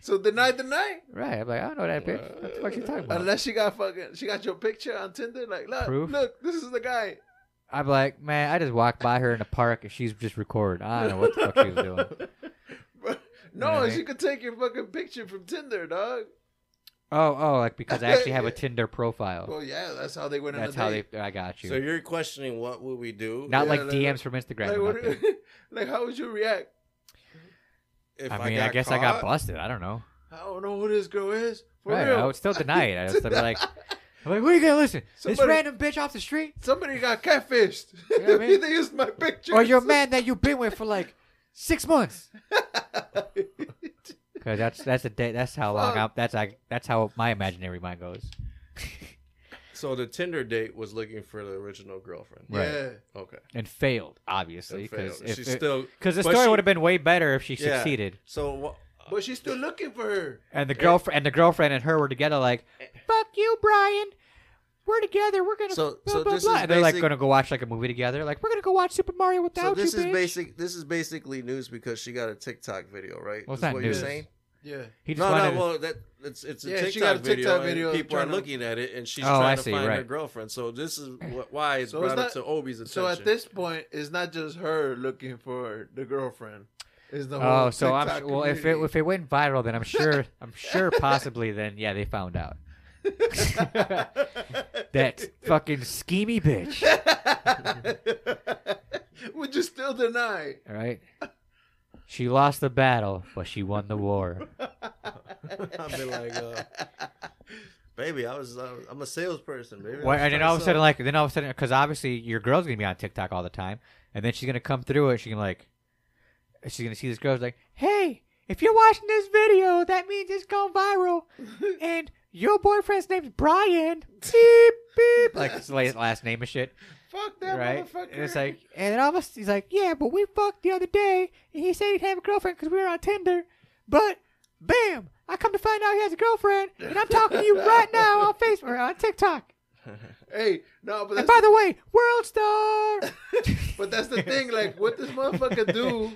Speaker 2: so deny, deny.
Speaker 1: Right? I'm like, I don't know that bitch. What the fuck you talking about?
Speaker 2: Unless she got fucking, she got your picture on Tinder. Like, look,
Speaker 1: Proof?
Speaker 2: look, this is the guy.
Speaker 1: I'm like, man, I just walked by her in the park and she's just recording. I don't know what the fuck she was doing.
Speaker 2: No,
Speaker 1: Right.
Speaker 2: she could take your fucking picture from Tinder, dog.
Speaker 1: Oh, oh, like because I actually have a Tinder profile.
Speaker 2: Well, yeah, that's how they went
Speaker 1: Oh. That's
Speaker 2: on the
Speaker 1: how
Speaker 2: date.
Speaker 1: they. I got you.
Speaker 3: So you're questioning what would we do
Speaker 1: Not
Speaker 2: Yeah,
Speaker 1: like
Speaker 2: like-
Speaker 1: DMs from Instagram.
Speaker 2: Like,
Speaker 1: or
Speaker 2: what,
Speaker 1: nothing.
Speaker 2: like, how would you react?
Speaker 3: if
Speaker 1: I mean, I, guess I
Speaker 3: caught?
Speaker 1: got busted. I don't know.
Speaker 2: I don't know who this girl is. For
Speaker 1: right?
Speaker 2: real.
Speaker 1: I would still deny it. I would still be like, I'm like, what are you gonna listen? this
Speaker 2: Somebody-
Speaker 1: random bitch off the street,
Speaker 2: Somebody got catfished.
Speaker 1: know what I mean?
Speaker 2: they used my picture.
Speaker 1: or your man that you've been with for like six months. Because that's that's the day. That's how long.
Speaker 2: Fuck.
Speaker 1: I'm, that's I. That's how my imaginary mind goes.
Speaker 3: So the Tinder date was looking for the original girlfriend.
Speaker 1: Right.
Speaker 2: Yeah.
Speaker 3: Okay.
Speaker 1: And failed, obviously,
Speaker 3: It failed.
Speaker 1: because if
Speaker 3: She's
Speaker 1: it-
Speaker 3: still
Speaker 1: 'cause the
Speaker 3: but
Speaker 1: story
Speaker 3: she-
Speaker 1: would have been way better if she
Speaker 3: Yeah.
Speaker 1: succeeded.
Speaker 3: So what?
Speaker 2: But she's still looking for her.
Speaker 1: And the girlfriend and the girlfriend and her were together. Like, fuck you, Brian. We're together. We're gonna
Speaker 3: So-
Speaker 1: blah
Speaker 3: so
Speaker 1: blah
Speaker 3: this
Speaker 1: blah.
Speaker 3: is
Speaker 1: and they're like
Speaker 3: basic-
Speaker 1: gonna go watch like a movie together. Like we're gonna go watch Super Mario without
Speaker 3: So this
Speaker 1: you,
Speaker 3: is
Speaker 1: bitch.
Speaker 3: basic. This is basically news because she got a TikTok video, right?
Speaker 1: Well, it's
Speaker 3: Is
Speaker 1: not
Speaker 3: what
Speaker 1: news.
Speaker 3: you're saying?
Speaker 2: Yeah.
Speaker 1: He just
Speaker 3: No,
Speaker 1: wanted.
Speaker 3: no. Well, that it's it's a
Speaker 2: Yeah,
Speaker 3: TikTok,
Speaker 2: she got a TikTok
Speaker 3: video,
Speaker 2: video
Speaker 3: and people are
Speaker 2: trying to-
Speaker 3: looking at it, and she's
Speaker 1: Oh,
Speaker 3: trying
Speaker 1: I
Speaker 3: to
Speaker 1: see,
Speaker 3: find her
Speaker 1: right.
Speaker 3: girlfriend. So this is wh- why it's
Speaker 2: So it's
Speaker 3: brought
Speaker 2: not-
Speaker 3: up to Obi's attention.
Speaker 2: So at this point, it's not just her looking for the girlfriend. It's the whole
Speaker 1: oh, so I'm
Speaker 2: TikTok
Speaker 1: su- well. If it
Speaker 2: community.
Speaker 1: if it went viral, then I'm sure I'm sure possibly then yeah they found out that fucking schemy bitch.
Speaker 2: Would you still deny?
Speaker 1: All right. She lost the battle, but she won the war.
Speaker 3: I've been like, uh, baby, I was, I was I'm a salesperson, baby.
Speaker 1: Why-
Speaker 3: I was
Speaker 1: and then
Speaker 3: trying
Speaker 1: all of a
Speaker 3: to
Speaker 1: sudden,
Speaker 3: sell.
Speaker 1: like, then all of a sudden, because obviously your girl's gonna be on TikTok all the time, and then she's gonna come through it. She can like, she's gonna see this girl's like, "Hey, if you're watching this video, that means it's gone viral, and your boyfriend's name's Brian." beep beep, like his la- last name and shit,
Speaker 2: Fuck that
Speaker 1: right?
Speaker 2: motherfucker.
Speaker 1: And it's like, and then all of a sudden he's like, "Yeah, but we fucked the other day, and he said he'd have a girlfriend because we were on Tinder, but." Bam! I come to find out he has a girlfriend, and I'm talking to you right now on Facebook or on TikTok.
Speaker 2: hey, no,
Speaker 1: And
Speaker 2: but that's,
Speaker 1: by the way, world star.
Speaker 2: but that's the thing. Like, what this motherfucker do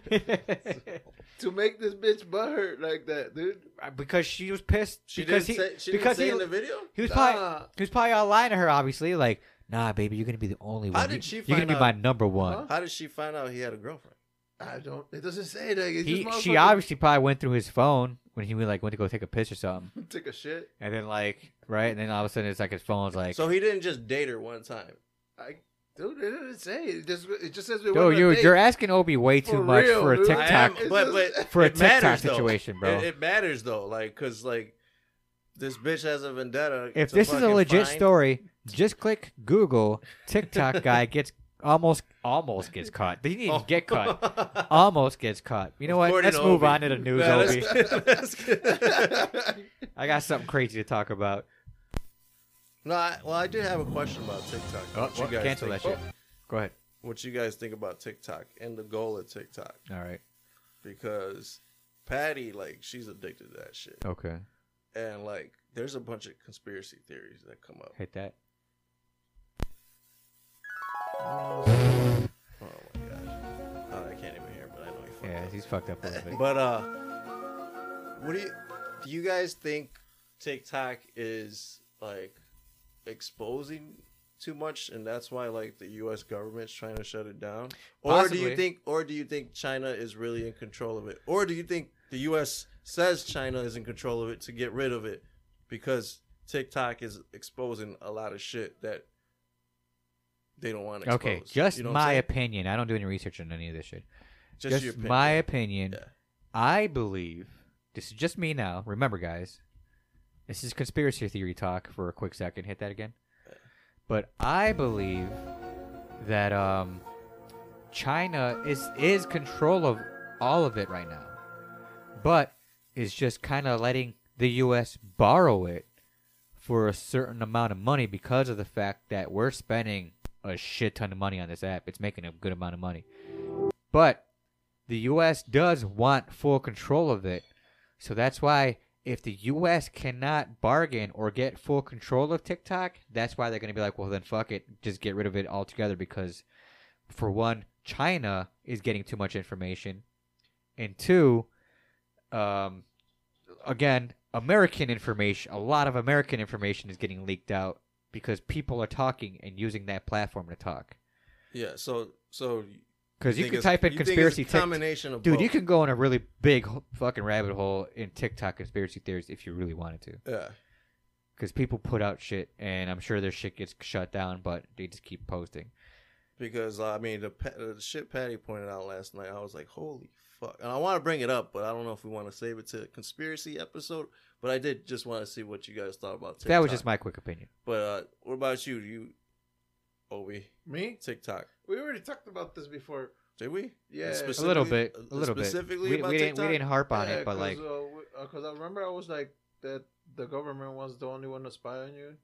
Speaker 2: to make this bitch butt hurt like that, dude?
Speaker 1: because she was pissed.
Speaker 3: she
Speaker 1: because
Speaker 3: didn't
Speaker 1: he,
Speaker 3: say, she
Speaker 1: because
Speaker 3: didn't say
Speaker 1: he,
Speaker 3: in the Ah. video.
Speaker 1: he was probably
Speaker 2: Nah.
Speaker 1: he was probably all lying to her. Obviously, like, nah, baby, you're gonna be the only one.
Speaker 3: How
Speaker 1: You-
Speaker 3: did she
Speaker 1: you're gonna
Speaker 3: find
Speaker 1: be
Speaker 3: out?
Speaker 1: my number one.
Speaker 2: Huh?
Speaker 3: How did she find out he had a girlfriend?
Speaker 2: I don't. It doesn't say that. It's
Speaker 1: He,
Speaker 2: just
Speaker 1: she
Speaker 2: motherfucker
Speaker 1: obviously probably went through his phone when he like went to go take a piss or something,
Speaker 2: Take a shit.
Speaker 1: and then like right, and then all of a sudden it's like his phone's like,
Speaker 3: So he didn't just date her one time.
Speaker 2: I, dude, it doesn't say. It just, it just says we
Speaker 1: "Yo,
Speaker 2: went on a
Speaker 1: you
Speaker 2: date.
Speaker 1: you're asking Obi way too
Speaker 2: For
Speaker 1: much
Speaker 2: real,
Speaker 1: for a
Speaker 2: dude. I
Speaker 3: I
Speaker 1: TikTok."
Speaker 3: am-
Speaker 2: It's
Speaker 3: but,
Speaker 2: just-
Speaker 3: but
Speaker 1: For a
Speaker 3: it
Speaker 1: TikTok
Speaker 3: matters, though.
Speaker 1: situation, bro.
Speaker 3: It, it matters though, like because like this bitch has a vendetta.
Speaker 1: If
Speaker 3: to
Speaker 1: this is a
Speaker 3: fucking
Speaker 1: legit
Speaker 3: find-
Speaker 1: story, just click Google TikTok guy gets almost almost gets caught. He didn't even get caught. Almost gets caught. You know what?
Speaker 3: Oh. According
Speaker 1: Let's
Speaker 3: to
Speaker 1: move
Speaker 3: Obi.
Speaker 1: on to the news,
Speaker 3: Yeah,
Speaker 1: Obi.
Speaker 3: let's- let's-
Speaker 1: I got something crazy to talk about.
Speaker 3: no, I, well, I did have a question about TikTok.
Speaker 1: Oh,
Speaker 3: What you
Speaker 1: well,
Speaker 3: guys
Speaker 1: cancel that
Speaker 3: think-
Speaker 1: shit. Go ahead.
Speaker 3: What you guys think about TikTok and the goal of TikTok?
Speaker 1: All right.
Speaker 3: Because Patty, like, she's addicted to that shit,
Speaker 1: Okay.
Speaker 3: and like, there's a bunch of conspiracy theories that come up.
Speaker 1: Hit that.
Speaker 3: Oh my gosh, oh, I can't even hear, but I know you. fucked
Speaker 1: Yeah,
Speaker 3: up.
Speaker 1: he's fucked up a little bit.
Speaker 3: But uh, what do you do? You guys think TikTok is like exposing too much, and that's why like the U.S. government's trying to shut it down? Or do
Speaker 1: Possibly.
Speaker 3: you think, or do you think China is really in control of it? Or do you think The U.S. says China is in control of it to get rid of it because TikTok is exposing a lot of shit that they don't want to expose.
Speaker 1: Okay, just
Speaker 3: You know what I'm
Speaker 1: my
Speaker 3: saying?
Speaker 1: opinion. I don't do any research on any of this shit.
Speaker 3: Just,
Speaker 1: Just,
Speaker 3: your opinion.
Speaker 1: my opinion.
Speaker 3: Yeah.
Speaker 1: I believe this is just me now. Remember, guys, this is conspiracy theory talk for a quick second. Hit that again. But I believe that um, China is is control of all of it right now, but is just kind of letting the U.S. borrow it for a certain amount of money because of the fact that we're spending a shit ton of money on this app. It's making a good amount of money, but the U.S. does want full control of it. So that's why if the U.S. cannot bargain or get full control of TikTok, that's why they're going to be like, well, then fuck it. Just get rid of it altogether because, for one, China is getting too much information. And two, um, again, American information, a lot of American information is getting leaked out because people are talking and using that platform to talk.
Speaker 3: Yeah. So so
Speaker 1: Because you,
Speaker 3: think
Speaker 1: can
Speaker 3: it's-
Speaker 1: type in
Speaker 3: you think it's
Speaker 1: conspiracy
Speaker 3: a
Speaker 1: TikTok.
Speaker 3: combination of
Speaker 1: Dude,
Speaker 3: both.
Speaker 1: you can go in a really big ho- fucking rabbit hole in TikTok conspiracy theories if you really wanted to.
Speaker 3: yeah
Speaker 1: Because people put out shit, and I'm sure their shit gets shut down, but they just keep posting.
Speaker 3: because I mean the, pa- the shit Patty pointed out last night. I was like, holy fuck! And I want to bring it up, but I don't know if we want to save it to a conspiracy episode. But I did just want to see what you guys thought about TikTok.
Speaker 1: That was just my quick opinion.
Speaker 3: But uh, what about you? You, Obi,
Speaker 2: Me?
Speaker 3: TikTok?
Speaker 2: We already talked about this before.
Speaker 3: Did we?
Speaker 2: Yeah.
Speaker 1: A
Speaker 3: Specifically-
Speaker 1: little bit, a little bit.
Speaker 3: specifically
Speaker 1: we,
Speaker 3: about
Speaker 1: we didn't we
Speaker 3: TikTok?
Speaker 1: didn't harp on
Speaker 2: Yeah,
Speaker 1: it, but like,
Speaker 2: uh, w- uh, 'cause I remember I was like that the government was the only one to spy on you,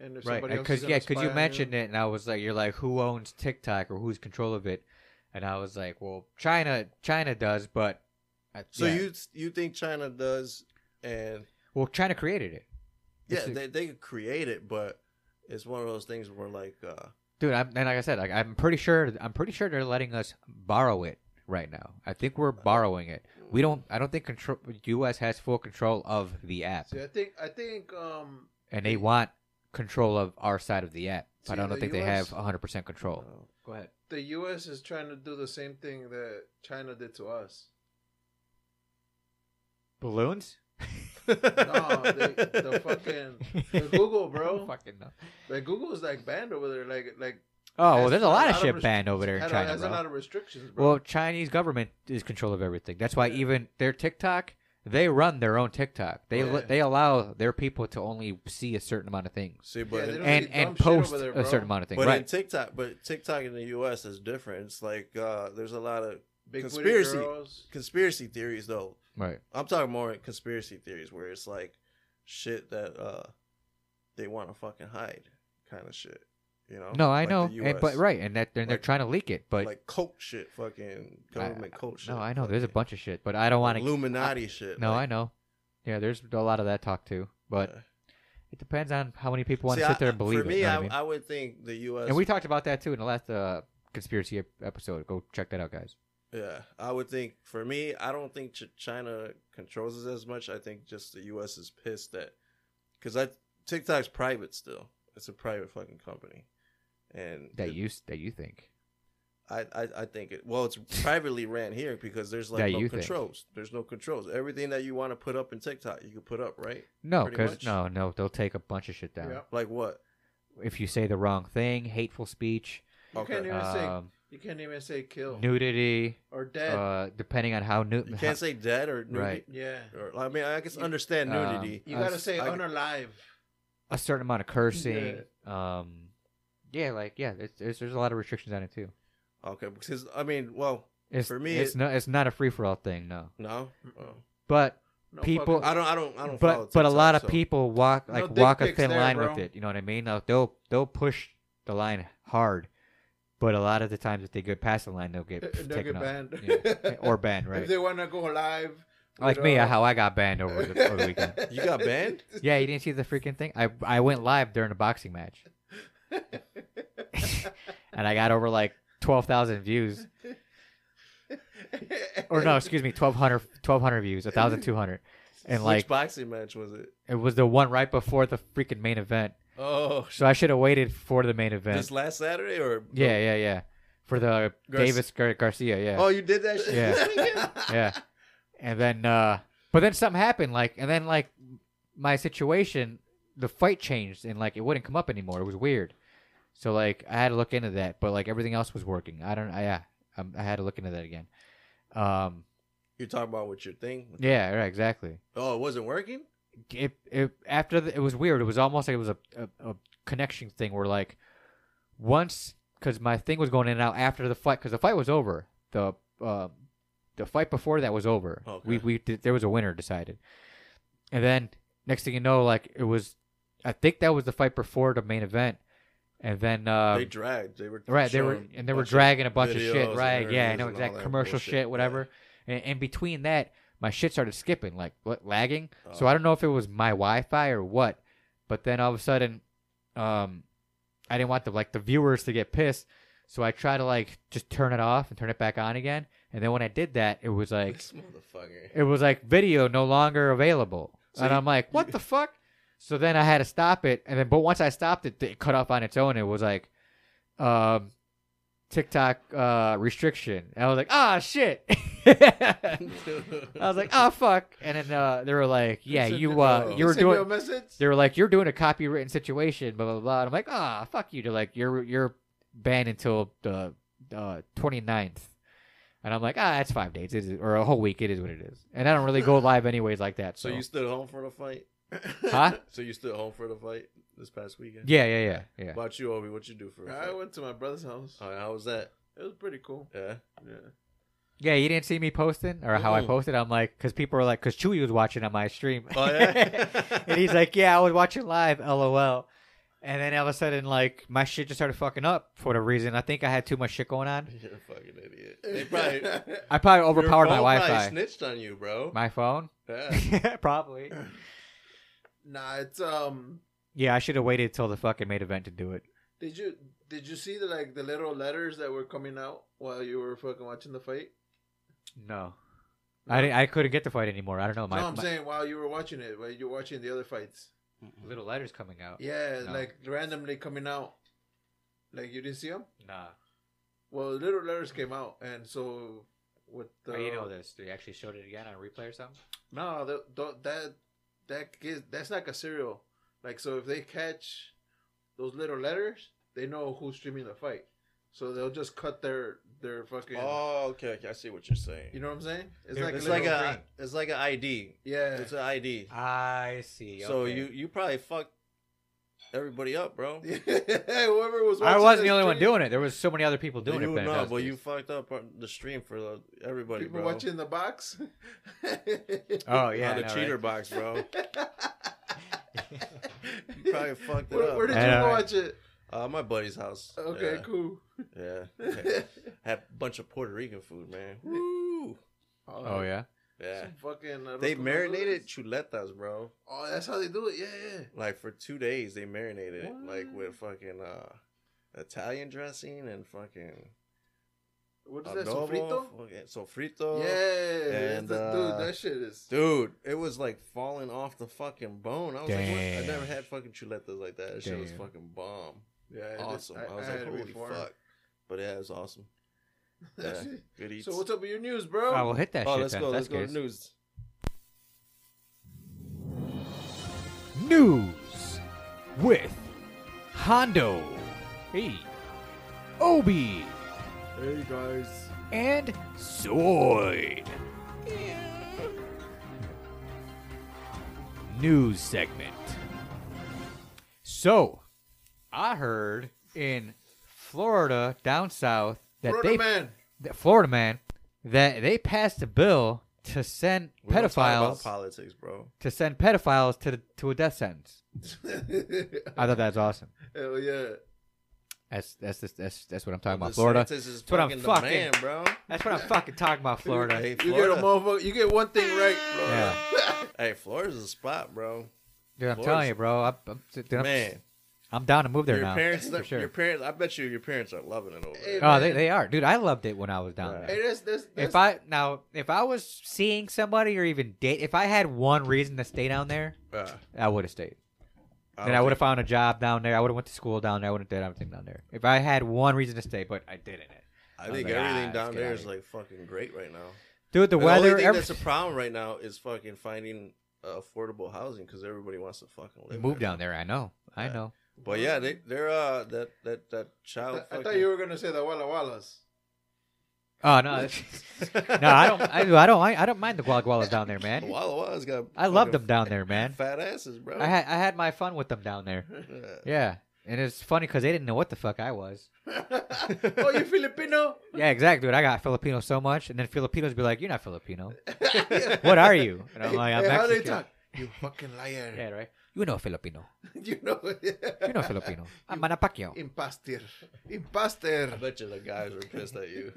Speaker 2: and if
Speaker 1: right?
Speaker 2: somebody else
Speaker 1: Because
Speaker 2: is gonna
Speaker 1: yeah, because
Speaker 2: spy
Speaker 1: you
Speaker 2: on
Speaker 1: mentioned it, and I was like, you're like, who owns TikTok or who's control of it? And I was like, well, China, China does, but I,
Speaker 3: So
Speaker 1: yeah.
Speaker 3: you you think China does, and
Speaker 1: well, China created it.
Speaker 3: yeah,
Speaker 1: It's a-
Speaker 3: they they could create it, but it's one of those things where like uh,
Speaker 1: dude I'm, and like i said like, i'm pretty sure i'm pretty sure they're letting us borrow it right now i think we're borrowing it we don't i don't think control us has full control of the app
Speaker 2: See, I think I think um
Speaker 1: and they want control of our side of the app but
Speaker 2: See,
Speaker 1: i don't
Speaker 2: the
Speaker 1: think they have
Speaker 2: US
Speaker 1: 100% control Oh, go ahead
Speaker 2: the U.S. is trying to do the same thing that China did to us.
Speaker 1: balloons
Speaker 2: No, they, the fucking the Google,
Speaker 1: I don't
Speaker 2: bro.
Speaker 1: fucking know.
Speaker 2: Like Google's like banned over there. Like like
Speaker 1: oh well
Speaker 2: has
Speaker 1: there's a lot of
Speaker 2: rest-
Speaker 1: shit banned over there in
Speaker 2: had a-
Speaker 1: china
Speaker 2: has
Speaker 1: bro.
Speaker 2: a lot of restrictions, bro.
Speaker 1: well chinese government is control of everything that's why
Speaker 2: Yeah.
Speaker 1: even their tiktok they run their own tiktok they
Speaker 2: Oh, Yeah.
Speaker 1: they allow their people to only see a certain amount of things
Speaker 3: see, but
Speaker 2: they don't
Speaker 1: and
Speaker 2: really dumb
Speaker 1: and
Speaker 2: shit
Speaker 1: post
Speaker 2: over there,
Speaker 1: a
Speaker 2: bro.
Speaker 1: certain amount of things.
Speaker 3: but in
Speaker 1: Right.
Speaker 3: TikTok, but TikTok in the U.S. is different. It's like uh, there's a lot of
Speaker 2: Big
Speaker 3: conspiracy.
Speaker 2: girls.
Speaker 3: conspiracy theories, though.
Speaker 1: right.
Speaker 3: I'm talking more conspiracy theories where it's like shit that uh, they want to fucking hide, kind of shit. You know?
Speaker 1: No, I
Speaker 3: oh, Like
Speaker 1: know.
Speaker 3: the
Speaker 1: And, but
Speaker 3: US,
Speaker 1: right, and that and they're
Speaker 3: Like-
Speaker 1: trying to leak it, but
Speaker 3: like cult shit, fucking government cult shit.
Speaker 1: no, I know there's a
Speaker 3: fucking
Speaker 1: bunch of shit, but I don't want to
Speaker 3: Illuminati shit.
Speaker 1: No, I
Speaker 3: like-
Speaker 1: know. Yeah, there's a lot of that talk too, but
Speaker 3: Yeah.
Speaker 1: it depends on how many people want
Speaker 3: See,
Speaker 1: to
Speaker 3: I-
Speaker 1: sit there and believe
Speaker 3: For me,
Speaker 1: it. you know
Speaker 3: I,
Speaker 1: what I mean?
Speaker 3: I would think the U.S.
Speaker 1: and we talked about that too in the last uh, conspiracy ep- episode. Go check that out, guys.
Speaker 3: Yeah, I would think for me, I don't think Ch- China controls it as much. I think just the U.S. is pissed that because I TikTok's private still. It's a private fucking company, and
Speaker 1: That
Speaker 3: it-
Speaker 1: you s- that you think.
Speaker 3: I, I I think it. Well, it's privately ran here because there's
Speaker 1: That
Speaker 3: like
Speaker 1: you
Speaker 3: no
Speaker 1: think.
Speaker 3: controls. There's no controls. Everything that you want to put up in TikTok, you can put up, right?
Speaker 1: No,
Speaker 3: Pretty
Speaker 1: because
Speaker 3: much.
Speaker 1: no, no, they'll take a bunch of shit down.
Speaker 2: Yeah.
Speaker 3: Like what?
Speaker 1: If you say the wrong thing, hateful speech,
Speaker 2: You
Speaker 3: Okay.
Speaker 2: can't even
Speaker 1: um,
Speaker 2: say you can't even say kill
Speaker 1: nudity,
Speaker 2: or dead.
Speaker 1: uh, depending on how new.
Speaker 3: You can't say dead or nudity.
Speaker 1: Right.
Speaker 2: yeah,
Speaker 3: Or, I mean, I guess
Speaker 2: You-
Speaker 3: understand
Speaker 1: um,
Speaker 3: nudity.
Speaker 2: you
Speaker 1: Uh,
Speaker 2: gotta say
Speaker 3: I-
Speaker 2: unalive.
Speaker 1: a certain amount of cursing. Um, yeah, like yeah, it's, it's, there's a lot of restrictions on it too.
Speaker 3: okay, because I mean, well,
Speaker 1: It's,
Speaker 3: For me,
Speaker 1: it's
Speaker 3: it-
Speaker 1: not it's not a free for all thing, no.
Speaker 3: no, Oh.
Speaker 1: But
Speaker 2: No
Speaker 1: People-
Speaker 3: I don't, I don't, I don't. follow
Speaker 1: but but a
Speaker 3: TikTok,
Speaker 1: lot of
Speaker 3: so-
Speaker 1: people walk
Speaker 2: No
Speaker 1: like
Speaker 2: dick
Speaker 1: walk a
Speaker 2: pics
Speaker 1: thin
Speaker 2: there,
Speaker 1: line
Speaker 2: bro.
Speaker 1: with it. You know what I mean? Like, they'll they'll push the line hard, but a lot of the times if they get past the line, they'll get
Speaker 2: They'll
Speaker 1: taken
Speaker 2: get
Speaker 1: off.
Speaker 2: banned.
Speaker 1: Yeah. or banned,
Speaker 2: If
Speaker 1: right?
Speaker 2: they wanna go live, uh,
Speaker 1: Like me, how I got banned over the, over the weekend.
Speaker 3: You got banned?
Speaker 1: Yeah, you didn't see the freaking thing. I I went live during a boxing match, and I got over like twelve thousand views. or no, excuse me, 1200, 1200 views, thousand two hundred, and
Speaker 3: Which
Speaker 1: like
Speaker 3: boxing match was it?
Speaker 1: it was the one right before the freaking main event.
Speaker 3: Oh,
Speaker 1: So I should have waited for the main event.
Speaker 3: this last Saturday or
Speaker 1: yeah, yeah, yeah, for the
Speaker 3: Gar-
Speaker 1: Davis Gar- Garcia, yeah,
Speaker 3: Oh, you did that shit.
Speaker 1: Yeah. yeah, and then uh but then something happened like and then like my situation the fight changed and like it wouldn't come up anymore it was weird so like i had to look into that but like everything else was working i don't i yeah I'm, i had to look into that again um
Speaker 3: You're talking about with your thing.
Speaker 1: yeah right exactly
Speaker 3: Oh, it wasn't working.
Speaker 1: it, it after the, it was weird it was almost like it was a, a, a connection thing where like once because my thing was going in and out after the fight because the fight was over the uh, the fight before that was over
Speaker 3: Okay.
Speaker 1: we, we did, there was a winner decided and then next thing you know like it was i think that was the fight before the main event and then uh
Speaker 3: they dragged. They were
Speaker 1: right they were
Speaker 3: showing
Speaker 1: and they were
Speaker 3: bunch of
Speaker 1: dragging a bunch of
Speaker 3: videos
Speaker 1: shit
Speaker 3: and
Speaker 1: right yeah i
Speaker 3: interviews
Speaker 1: know
Speaker 3: and all
Speaker 1: exact
Speaker 3: that
Speaker 1: commercial
Speaker 3: bullshit, yeah.
Speaker 1: shit whatever and, and between that my shit started skipping like what lagging so
Speaker 3: Oh.
Speaker 1: i don't know if it was my wi-fi or what but then all of a sudden um i didn't want the like the viewers to get pissed so i tried to like just turn it off and turn it back on again and then when i did that it was like
Speaker 3: This motherfucker.
Speaker 1: it was like video no longer available
Speaker 3: So
Speaker 1: and
Speaker 3: you-
Speaker 1: i'm like what the fuck so then i had to stop it and then but once i stopped it it cut off on its own it was like um tiktok uh restriction and i was like ah shit i was like ah fuck and then uh they were like yeah
Speaker 3: Send
Speaker 1: you
Speaker 3: it
Speaker 1: uh
Speaker 3: out.
Speaker 1: you were
Speaker 2: Send me a
Speaker 1: doing
Speaker 2: message.
Speaker 1: they were like you're doing a copywritten situation blah blah blah and i'm like ah fuck you they're like you're you're banned until the uh 29th and i'm like ah that's five days it is, or a whole week it is what it is and i don't really go live anyways like that
Speaker 3: So
Speaker 1: so,
Speaker 3: you stood home for the fight?
Speaker 1: Huh?
Speaker 3: So you stood home for the fight this past weekend?
Speaker 1: yeah yeah yeah yeah
Speaker 3: What about you, Obi? What you do for? A
Speaker 2: I
Speaker 3: fight?
Speaker 2: went to my brother's house.
Speaker 1: Uh,
Speaker 3: All right, how was that?
Speaker 2: It was pretty cool.
Speaker 3: Yeah.
Speaker 2: Yeah.
Speaker 1: yeah you didn't see me posting or how i
Speaker 3: Mm-mm.
Speaker 1: posted i'm like because people are like because chewy was watching on my stream
Speaker 3: Oh yeah.
Speaker 1: and he's like, "Yeah, I was watching live, lol." And then all of a sudden, like my shit just started fucking up for the reason. I think I had too much shit going on.
Speaker 3: You're a fucking idiot. They probably
Speaker 1: I probably
Speaker 3: your
Speaker 1: overpowered my
Speaker 3: phone probably
Speaker 1: Wi-Fi.
Speaker 3: Snitched on you, bro.
Speaker 1: my phone,
Speaker 3: yeah.
Speaker 1: probably.
Speaker 2: nah, it's um.
Speaker 1: Yeah, I should have waited till the fucking main event to do it.
Speaker 2: Did you did you see the like the little letters that were coming out while you were fucking watching the fight?
Speaker 1: No, I didn't, I couldn't get the fight anymore. I don't know. My,
Speaker 2: no, I'm
Speaker 1: my-
Speaker 2: saying while you were watching it, while you were watching the other fights.
Speaker 1: little letters coming out.
Speaker 2: Yeah,
Speaker 1: No.
Speaker 2: like randomly coming out. Like you didn't see them?
Speaker 1: Nah,
Speaker 2: Well, little letters came out, and so with the
Speaker 1: Oh, you know this. They actually showed it again on replay or something.
Speaker 2: no the, the, that that kid that's like a serial. Like so, if they catch those little letters, they know who's streaming the fight, so they'll just cut their their fucking.
Speaker 3: Oh, okay, okay. I see what you're saying.
Speaker 2: You know what I'm saying? It's
Speaker 1: Yeah,
Speaker 2: like
Speaker 3: it's
Speaker 2: a
Speaker 3: like
Speaker 2: little,
Speaker 3: a it's like an ID.
Speaker 2: yeah.
Speaker 3: It's an ID.
Speaker 1: I see.
Speaker 3: So
Speaker 1: Ah, okay.
Speaker 3: you you probably fucked everybody up, bro.
Speaker 2: Whoever was
Speaker 1: I
Speaker 2: watching
Speaker 1: wasn't the
Speaker 2: this
Speaker 1: only one
Speaker 2: stream-
Speaker 1: doing it. There was so many other people doing
Speaker 3: you,
Speaker 1: it.
Speaker 3: no,
Speaker 1: Benedictus.
Speaker 3: but you fucked up on the stream for the, everybody,
Speaker 2: People
Speaker 3: bro.
Speaker 2: watching the box.
Speaker 1: Oh
Speaker 3: yeah,
Speaker 1: yeah,
Speaker 3: the
Speaker 1: I know,
Speaker 3: cheater
Speaker 1: right?
Speaker 3: box, bro. You probably fucked it
Speaker 2: where,
Speaker 3: up.
Speaker 2: where did you
Speaker 1: I know, right?
Speaker 2: watch it?
Speaker 3: Uh, my buddy's house.
Speaker 2: Okay,
Speaker 3: yeah.
Speaker 2: cool.
Speaker 3: Yeah. yeah. Had a bunch of Puerto Rican food, man. Woo.
Speaker 1: Oh yeah.
Speaker 3: Yeah.
Speaker 2: Some fucking. arroz
Speaker 3: They
Speaker 2: con
Speaker 3: marinated
Speaker 2: frijoles.
Speaker 3: chuletas, bro.
Speaker 2: Oh, that's how they do it. Yeah, yeah.
Speaker 3: Like for two days, they marinated it, like
Speaker 2: What?
Speaker 3: with fucking uh, Italian dressing and fucking
Speaker 2: What is that?
Speaker 3: adobo,
Speaker 2: Sofrito.
Speaker 3: fucking sofrito.
Speaker 2: yeah,
Speaker 3: and,
Speaker 2: that's the-
Speaker 3: uh,
Speaker 2: dude, that shit is.
Speaker 3: Dude, it was like falling off the fucking bone. I was like, what? I
Speaker 1: Damn.
Speaker 3: never had fucking chuletas like that. That shit was
Speaker 1: Damn.
Speaker 3: fucking bomb.
Speaker 2: yeah, it is.
Speaker 3: Awesome. I, was
Speaker 2: had
Speaker 3: like,
Speaker 2: it
Speaker 3: holy
Speaker 2: before.
Speaker 3: fuck. But yeah, it was awesome. Yeah. Good eats.
Speaker 2: so what's up with your news, bro?
Speaker 1: I will hit that
Speaker 3: oh,
Speaker 1: shit.
Speaker 3: let's
Speaker 1: then.
Speaker 3: go.
Speaker 1: That's
Speaker 3: Let's go to
Speaker 1: good.
Speaker 3: news.
Speaker 1: News with Hondo, hey, Obi,
Speaker 2: hey guys.
Speaker 1: and Zoid. News segment. So, I heard in Florida, down south, that
Speaker 2: Florida
Speaker 1: they
Speaker 2: man.
Speaker 1: that Florida man that they passed a bill to send
Speaker 3: We're gonna talk about
Speaker 1: pedophiles
Speaker 3: politics, bro.
Speaker 1: to send pedophiles to the, to a death sentence. I thought that was awesome.
Speaker 2: Hell yeah.
Speaker 1: That's that's that's that's, that's what I'm talking
Speaker 3: The
Speaker 1: about, Florida.
Speaker 3: DeSantis is
Speaker 1: That's what I'm
Speaker 3: fucking
Speaker 1: fucking-
Speaker 3: the man, bro.
Speaker 1: That's what I'm fucking talking about, Florida.
Speaker 3: Hey,
Speaker 2: You get a
Speaker 3: Florida.
Speaker 2: motherfucker. You get one thing right, bro.
Speaker 3: hey, Florida's a spot, bro.
Speaker 1: Dude, I'm
Speaker 3: Florida's-
Speaker 1: telling you, bro. I'm, I'm, dude, I'm,
Speaker 3: Man,
Speaker 1: I'm down to move there
Speaker 3: your
Speaker 1: now.
Speaker 3: parents,
Speaker 1: for sure.
Speaker 3: your parents. I bet you, your parents are loving it over
Speaker 2: Hey,
Speaker 3: there.
Speaker 1: Oh, they, they are, dude. I loved it when I was down
Speaker 3: Yeah.
Speaker 1: there.
Speaker 2: Hey, that's, that's, that's,
Speaker 1: If I now, if I was seeing somebody or even date, if I had one reason to stay down there,
Speaker 3: Uh,
Speaker 1: I would have stayed.
Speaker 3: don't
Speaker 1: Then I would have
Speaker 3: think-
Speaker 1: found a job down there. I would have went to school down there. I would have done everything down there. If I had one reason to stay, but I didn't.
Speaker 3: I think
Speaker 1: like, ah,
Speaker 3: everything
Speaker 1: let's
Speaker 3: down
Speaker 1: get
Speaker 3: there
Speaker 1: outta
Speaker 3: is
Speaker 1: here.
Speaker 3: like fucking great right now.
Speaker 1: Dude, the
Speaker 3: The,
Speaker 1: weather.
Speaker 3: only thing
Speaker 1: every-
Speaker 3: that's a problem right now is fucking finding uh, affordable housing because everybody wants to fucking live.
Speaker 1: Move down there. I know. I
Speaker 3: Yeah.
Speaker 1: know.
Speaker 3: But yeah, they they're uh that that that
Speaker 2: I,
Speaker 3: child.
Speaker 2: th- I
Speaker 3: fucking-
Speaker 2: thought you were gonna say the Walla Wallas.
Speaker 1: Oh no, that's- no, I don't. I, I don't. I, I don't mind the guagualas down there, man.
Speaker 3: Walla Walla's got.
Speaker 1: I love them
Speaker 3: fucking
Speaker 1: down there, man.
Speaker 3: Fat asses, bro.
Speaker 1: I had I had my fun with them down there.
Speaker 2: Oh,
Speaker 1: Yeah,
Speaker 3: Yeah.
Speaker 1: and it's funny because they didn't know what the fuck I was.
Speaker 2: oh, you Filipino?
Speaker 1: Yeah, exactly, dude. I got Filipino so much, and then Filipinos be like, "You're not Filipino. What are you?" And I'm like, "I'm
Speaker 2: Hey, how they
Speaker 1: Mexican."
Speaker 2: talk? You fucking liar!
Speaker 1: Yeah, right. You know Filipino.
Speaker 2: You know.
Speaker 1: You know Filipino. I'm Manny Pacquiao.
Speaker 2: Imposter.
Speaker 3: I
Speaker 2: Imposter.
Speaker 3: bet you the guys were pissed at you.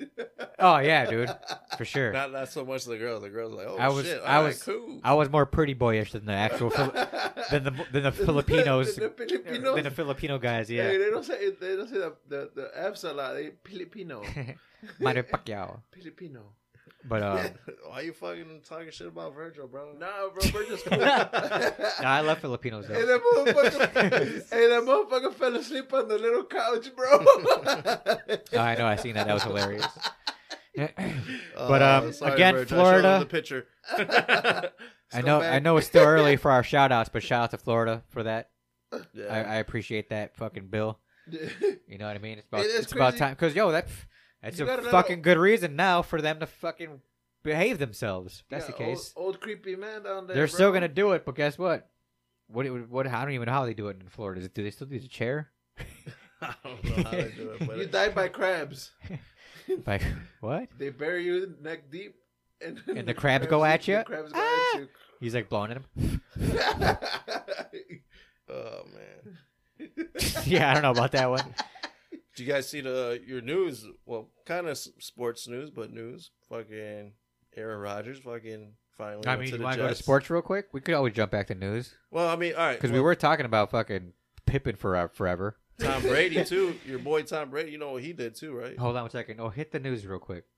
Speaker 1: Oh yeah, dude, for sure.
Speaker 3: Not not so much the girls. The girls were like, oh
Speaker 1: I was-
Speaker 3: shit,
Speaker 1: I
Speaker 3: alright,
Speaker 1: was-
Speaker 3: cool.
Speaker 1: I was more pretty boyish than the actual Fili- than the than the Filipinos
Speaker 2: the Filipinos.
Speaker 1: than the Filipino guys.
Speaker 2: Hey,
Speaker 1: Yeah,
Speaker 2: they don't say they don't say the the, the F's a lot. They Filipino.
Speaker 1: Manny Pacquiao.
Speaker 2: Filipino.
Speaker 1: But um,
Speaker 3: Why you fucking talking shit about Virgil, bro?
Speaker 2: Nah, bro, we're just cool.
Speaker 1: no, I love Filipinos
Speaker 2: Hey,
Speaker 1: though.
Speaker 2: that motherfucker, hey, that motherfucker fell asleep on the little couch, bro.
Speaker 1: Oh, I know, I seen that. That was hilarious.
Speaker 3: But
Speaker 1: um, again, Florida-
Speaker 3: the picture.
Speaker 1: I know, I
Speaker 2: Scumbag.
Speaker 1: know, it's still early for our shout outs, but shout out to Florida for that. I,
Speaker 3: yeah.
Speaker 1: I appreciate that fucking bill. You know what I mean? It's about
Speaker 2: Hey, that's
Speaker 1: it's about
Speaker 2: crazy.
Speaker 1: time because yo, that that's
Speaker 2: You
Speaker 1: a
Speaker 2: got another-
Speaker 1: fucking good reason now for them to fucking behave themselves. That's the
Speaker 2: Yeah,
Speaker 1: case.
Speaker 2: Old, old creepy man down there.
Speaker 1: They're still
Speaker 2: bro.
Speaker 1: gonna do it, but guess what? What it- what? I don't even know how they do it in Florida. Do they still do the chair?
Speaker 3: I don't know how they do it, but
Speaker 2: You die by crabs.
Speaker 1: Like what?
Speaker 2: They bury you neck deep, and,
Speaker 1: And the crabs go at
Speaker 2: the
Speaker 1: ya?
Speaker 2: crabs go
Speaker 1: Ah!
Speaker 2: at you.
Speaker 1: He's like blowing at him.
Speaker 3: oh man,
Speaker 1: yeah, I don't know about that one.
Speaker 3: did you guys see the your news? Well, kind of sports news, but news. Fucking Aaron Rodgers, fucking finally.
Speaker 1: I
Speaker 3: went
Speaker 1: mean,
Speaker 3: to
Speaker 1: you
Speaker 3: the
Speaker 1: want to go to
Speaker 3: Jets.
Speaker 1: sports real quick? We could always jump back to news
Speaker 3: Well, I mean, all right,
Speaker 1: because we
Speaker 3: well,
Speaker 1: were talking about fucking Pippin for uh, forever.
Speaker 3: Tom Brady too. Your boy Tom Brady, you know what he did too, right?
Speaker 1: Hold on one second. Oh, hit the news real quick.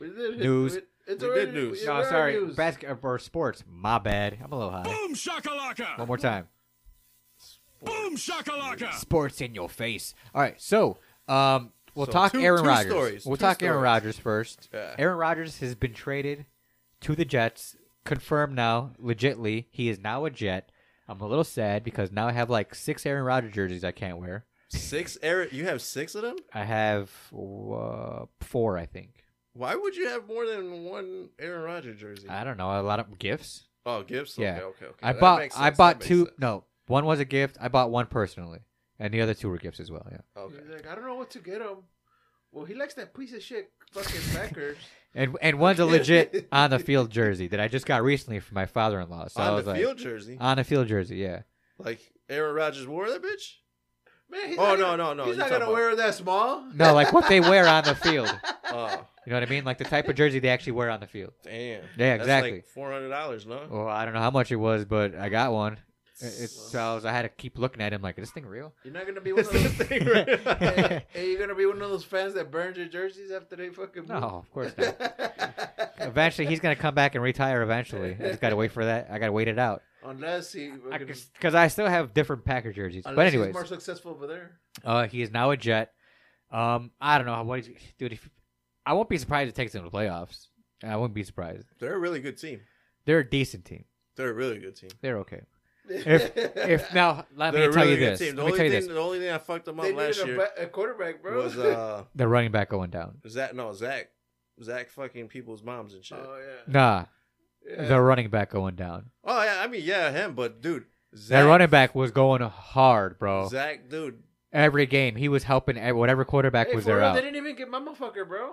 Speaker 2: We did-
Speaker 1: News.
Speaker 2: we- It's
Speaker 3: We did
Speaker 2: already
Speaker 3: news.
Speaker 2: it's
Speaker 1: No,
Speaker 2: already
Speaker 1: sorry,
Speaker 2: news.
Speaker 1: basket uh, or sports. My bad. I'm a little high.
Speaker 5: Boom shakalaka!
Speaker 1: One more time.
Speaker 5: Boom shakalaka!
Speaker 1: Sports in your face. All right, so um, we'll
Speaker 3: So,
Speaker 1: talk
Speaker 3: two-
Speaker 1: Aaron
Speaker 3: two
Speaker 1: Rodgers.
Speaker 3: stories,
Speaker 1: We'll
Speaker 3: two
Speaker 1: talk Aaron
Speaker 3: stories.
Speaker 1: Rodgers first.
Speaker 3: Yeah.
Speaker 1: Aaron Rodgers has been traded to the Jets. Confirmed now, legitly, he is now a Jet. I'm a little sad because now I have like six Aaron Rodgers jerseys I can't wear.
Speaker 3: Six Aaron, you have six of them.
Speaker 1: I have uh, four, I think.
Speaker 3: Why would you have more than one Aaron Rodgers jersey?
Speaker 1: I don't know. A lot of gifts.
Speaker 3: oh, gifts.
Speaker 1: Yeah.
Speaker 3: Okay, okay, okay.
Speaker 1: I
Speaker 3: That
Speaker 1: bought.
Speaker 3: makes
Speaker 1: I
Speaker 3: sense,
Speaker 1: bought
Speaker 3: that makes
Speaker 1: two.
Speaker 3: sense.
Speaker 1: No, one was a gift. I bought one personally, and the other two were gifts as well. Yeah.
Speaker 3: Okay.
Speaker 2: He's like, I don't know what to get him. Well, he likes that piece of shit fucking Packers.
Speaker 1: And and one's a legit on the field jersey that I just got recently from my father in law. So I
Speaker 3: On
Speaker 1: was
Speaker 3: the
Speaker 1: like uh,
Speaker 3: field jersey,
Speaker 1: on the field jersey. Yeah.
Speaker 3: like Aaron Rodgers wore that bitch.
Speaker 2: Man, he's
Speaker 3: Oh,
Speaker 2: not
Speaker 3: no,
Speaker 2: gonna-
Speaker 3: no, no,
Speaker 2: He's
Speaker 3: you're
Speaker 2: not gonna
Speaker 3: talking
Speaker 2: wear that small.
Speaker 1: No, like what they wear on the field.
Speaker 3: Oh,
Speaker 1: You know what I mean? Like the type of jersey they actually wear on the field. Yeah,
Speaker 3: damn. That's
Speaker 1: exactly. Oh.
Speaker 3: like Four hundred dollars, no?
Speaker 1: Well, I don't know how much it was, but I got one. It- It's, so I, was, I had to keep looking at him like, is this thing real?
Speaker 2: You're not gonna be one of those. hey, hey, you're gonna be one of those fans that burns your jerseys after they fucking.
Speaker 1: no,
Speaker 2: move?
Speaker 1: of course not. Eventually, he's gonna come back and retire. Eventually, I just gotta wait for that. I gotta wait it out
Speaker 2: Unless he. fucking-
Speaker 1: because I still have different Packer jerseys. but
Speaker 2: unless he's
Speaker 1: anyways,
Speaker 2: more successful over there.
Speaker 1: Uh, he is now a Jet. Um, I don't know what he's dude. If, I won't be surprised if it takes him to the playoffs. I wouldn't be surprised.
Speaker 3: They're a really good team.
Speaker 1: They're a decent team.
Speaker 3: They're a really good team.
Speaker 1: They're okay. If if now let
Speaker 3: They're
Speaker 1: me
Speaker 3: a
Speaker 1: tell
Speaker 3: really
Speaker 1: you
Speaker 3: good
Speaker 1: this.
Speaker 3: team. The
Speaker 1: Let me
Speaker 3: only
Speaker 1: tell you
Speaker 3: thing,
Speaker 1: this.
Speaker 3: the only thing that fucked them up
Speaker 2: They
Speaker 3: last
Speaker 2: needed a,
Speaker 3: year
Speaker 2: ba- a quarterback, bro.
Speaker 3: was uh
Speaker 1: The running back going down.
Speaker 3: Zach. No, Zach. Zach fucking people's moms and shit.
Speaker 2: oh yeah.
Speaker 1: Nah,
Speaker 2: Yeah.
Speaker 1: the running back going down.
Speaker 3: oh yeah, I mean yeah, him. But dude,
Speaker 1: That
Speaker 3: Zach,
Speaker 1: running back was going hard, bro.
Speaker 3: Zach, dude,
Speaker 1: Every game he was helping ev- whatever quarterback
Speaker 2: Hey,
Speaker 1: was
Speaker 2: for
Speaker 1: there
Speaker 2: real,
Speaker 1: out.
Speaker 2: They didn't even get my motherfucker, bro.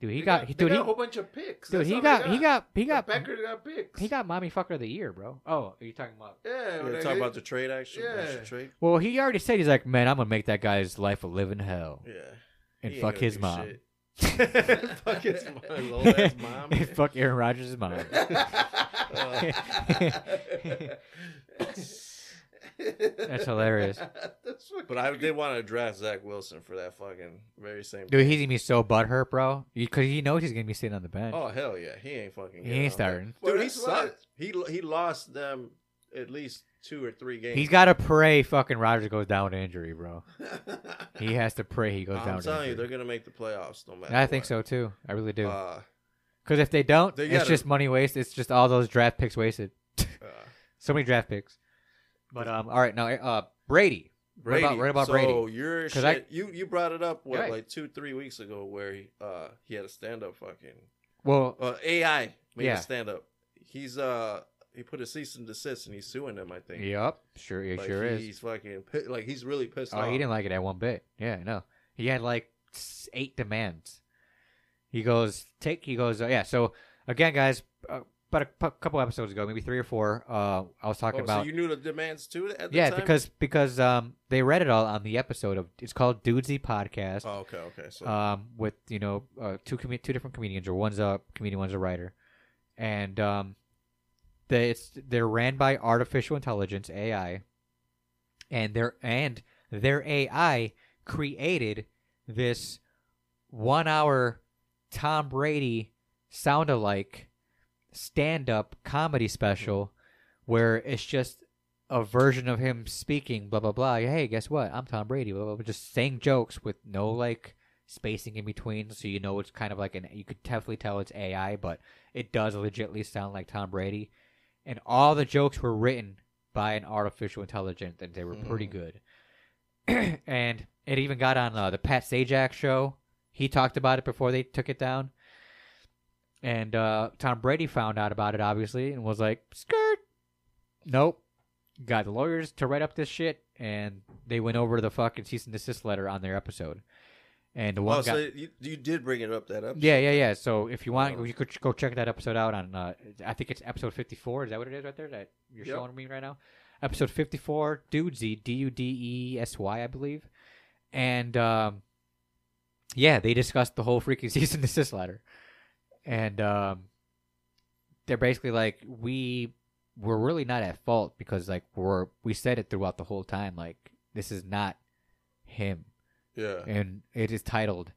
Speaker 1: Dude, he
Speaker 2: They
Speaker 1: got,
Speaker 2: they
Speaker 1: dude
Speaker 2: got
Speaker 1: he
Speaker 2: a whole bunch of picks.
Speaker 1: dude
Speaker 2: That's
Speaker 1: he
Speaker 2: all they
Speaker 1: got, he got he
Speaker 2: The
Speaker 1: got
Speaker 2: Packers got picks.
Speaker 1: he got mommy fucker of the year, bro. Oh, are you talking about?
Speaker 2: Yeah,
Speaker 3: you
Speaker 2: like,
Speaker 3: talk
Speaker 2: they-
Speaker 3: about the trade action.
Speaker 2: Yeah.
Speaker 3: Trade.
Speaker 1: Well, he already said he's like, man, I'm gonna make that guy's life a living hell.
Speaker 3: Yeah.
Speaker 1: and
Speaker 3: He ain't
Speaker 1: fuck
Speaker 3: gonna
Speaker 1: his
Speaker 3: do
Speaker 1: mom.
Speaker 3: shit. fuck his mom. His old ass mom.
Speaker 1: and fuck Aaron Rodgers' mom. That's hilarious.
Speaker 2: That's fucking-
Speaker 3: But I did want to draft Zach Wilson for that fucking very same.
Speaker 1: Dude, he's gonna be so butthurt, bro, because he knows he's gonna be sitting on the bench.
Speaker 3: Oh hell yeah, he ain't fucking.
Speaker 1: he
Speaker 3: getting
Speaker 1: ain't
Speaker 3: out there.
Speaker 1: starting.
Speaker 2: Well,
Speaker 3: Dude, he
Speaker 2: that's why-
Speaker 3: sucked. He he lost them at least two or three games.
Speaker 1: He's got to pray fucking Rodgers goes down with injury, bro. He has to pray he goes down.
Speaker 3: I'm
Speaker 1: with
Speaker 3: telling you,
Speaker 1: injury.
Speaker 3: they're gonna make the playoffs no matter.
Speaker 1: I think
Speaker 3: what.
Speaker 1: so too. I really do.
Speaker 3: Uh,
Speaker 1: Because if they don't,
Speaker 3: They
Speaker 1: it's
Speaker 3: gotta-
Speaker 1: just money waste. It's just all those draft picks wasted.
Speaker 3: Uh,
Speaker 1: So many draft picks. But um, all right, now uh, Brady. What about- what about
Speaker 3: so
Speaker 1: Brady?
Speaker 3: you're
Speaker 1: 'Cause I-
Speaker 3: shit, you you brought it up what
Speaker 1: Right.
Speaker 3: like two three weeks ago where he, uh he had a stand up fucking
Speaker 1: Well,
Speaker 3: uh, AI made
Speaker 1: Yeah.
Speaker 3: a stand up. He's uh he put a cease and desist and he's suing them. I think.
Speaker 1: yep, sure, it
Speaker 3: Like,
Speaker 1: sure
Speaker 3: he's
Speaker 1: is.
Speaker 3: fucking pi- like he's really pissed
Speaker 1: Oh,
Speaker 3: off.
Speaker 1: he didn't like it at one bit. Yeah, no, he had like s- eight demands. He goes take. He goes uh, yeah. So again, guys, uh, but a pu- couple episodes ago, maybe three or four, uh, I was talking
Speaker 3: oh,
Speaker 1: about
Speaker 3: So you knew the demands too at the
Speaker 1: yeah
Speaker 3: time?
Speaker 1: because because um they read it all on the episode of it's called Dudesy Podcast.
Speaker 3: Oh, okay, okay. So
Speaker 1: um, with you know uh, two com- two different comedians, or one's a comedian, one's a writer, and um, they it's they're ran by artificial intelligence AI, and their and their AI created this one hour Tom Brady sound alike stand up comedy special where it's just a version of him speaking blah blah blah hey guess what i'm tom brady blah, blah, blah, just saying jokes with no like spacing in between so you know it's kind of like an you could definitely tell it's ai but it does legitly sound like tom brady and all the jokes were written by an artificial intelligence and they were pretty
Speaker 3: Mhm.
Speaker 1: good and it even got on uh, the pat sajak show he talked about it before they took it down and uh, Tom Brady found out about it, obviously, and was like, skirt. Nope. Got the lawyers to write up this shit, and they went over the fucking cease and desist letter on their episode. And the one
Speaker 3: oh,
Speaker 1: guy.
Speaker 3: so you, you did bring it up that episode.
Speaker 1: yeah, yeah, yeah. So if you want,
Speaker 3: Oh.
Speaker 1: you could go check that episode out on. Uh, I think it's episode fifty-four. Is that what it is right there? That you're
Speaker 3: Yep.
Speaker 1: showing me right now. Episode fifty-four, Dudesy, D U D E S Y, I believe. And um, yeah, they discussed the whole freaking cease and desist letter, and um, they're basically like, we were really not at fault because like we're we said it throughout the whole time, like this is not him
Speaker 3: Yeah.
Speaker 1: and it is titled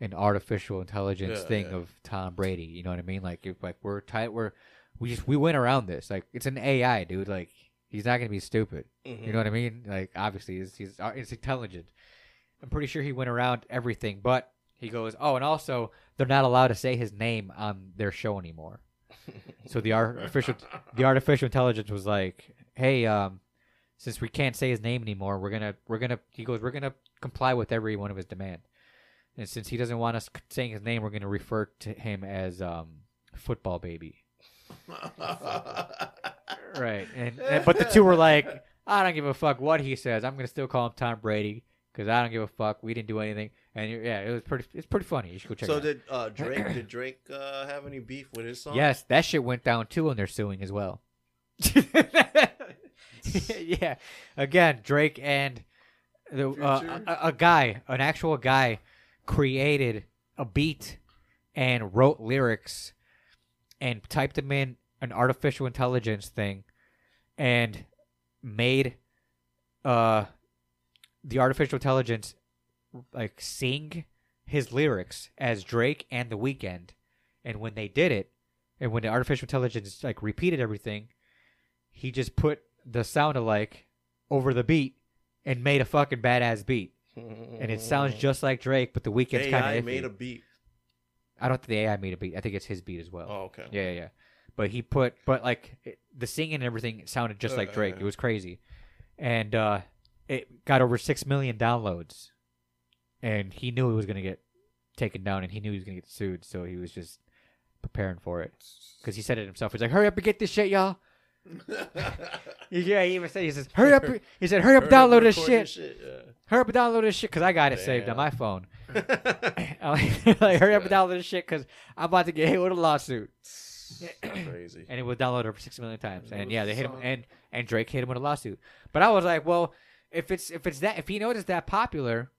Speaker 1: an artificial intelligence
Speaker 3: Yeah,
Speaker 1: thing
Speaker 3: yeah.
Speaker 1: of Tom Brady. You know what I mean? Like if like we're tight, we're we just we went around this. Like it's an AI, dude. Like he's not gonna be stupid.
Speaker 3: Mhm.
Speaker 1: You know what I mean? Like obviously he's he's, uh, he's intelligent. I'm pretty sure he went around everything, but he goes, oh, and also they're not allowed to say his name on their show anymore. So the artificial the artificial intelligence was like, "Hey, um, since we can't say his name anymore, we're gonna we're gonna." He goes, "We're gonna comply with every one of his demand, and since he doesn't want us c- saying his name, we're gonna refer to him as um, football baby." Right, and, and but the two were like, "I don't give a fuck what he says. I'm gonna still call him Tom Brady because I don't give a fuck. We didn't do anything." And yeah, it was pretty. It's pretty funny. You should go check. it
Speaker 3: so
Speaker 1: out.
Speaker 3: did uh, Drake? Did Drake uh, have any beef with his song?
Speaker 1: Yes, that shit went down too, and they're suing as well. yeah, again, Drake and the, uh,
Speaker 2: Future.
Speaker 1: a, a guy, an actual guy, created a beat and wrote lyrics and typed them in an artificial intelligence thing and made uh the artificial intelligence like sing his lyrics as Drake and The Weeknd. And when they did it, and when the artificial intelligence like repeated everything, he just put the sound alike over the beat and made a fucking badass beat.
Speaker 3: Mm-hmm.
Speaker 1: And it sounds just like Drake, but the weekend's
Speaker 3: AI
Speaker 1: kind of
Speaker 3: made Mm. a beat.
Speaker 1: I don't think the AI made a beat. I think it's his beat as well.
Speaker 3: Oh, okay.
Speaker 1: Yeah, yeah, yeah. But he put, but like it, the singing and everything sounded just like
Speaker 3: Uh,
Speaker 1: Drake.
Speaker 3: uh.
Speaker 1: It was crazy, and uh, it got over six million downloads. And he knew it was gonna get taken down, and he knew he was gonna get sued, so he was just preparing for it because he said it himself. He's like, "Hurry up and get this shit, y'all." Yeah, he even said he says, "Hurry up!" He said, "Hurry up,
Speaker 3: Heard
Speaker 1: download
Speaker 3: him
Speaker 1: this
Speaker 3: recording
Speaker 1: shit. Hurry up and download this shit," because I got it saved on
Speaker 3: Damn.
Speaker 1: my phone.
Speaker 3: yeah.
Speaker 1: I'm like, like, "Hurry up and download this shit," because I'm about to get hit with a lawsuit.
Speaker 3: Crazy.
Speaker 1: and it was downloaded over six million times.
Speaker 2: And it
Speaker 1: And
Speaker 2: was
Speaker 1: yeah,
Speaker 2: the
Speaker 1: they hit him,
Speaker 2: song.
Speaker 1: and and Drake hit him with a lawsuit. But I was like, well, if it's if it's that if he knows it's that popular,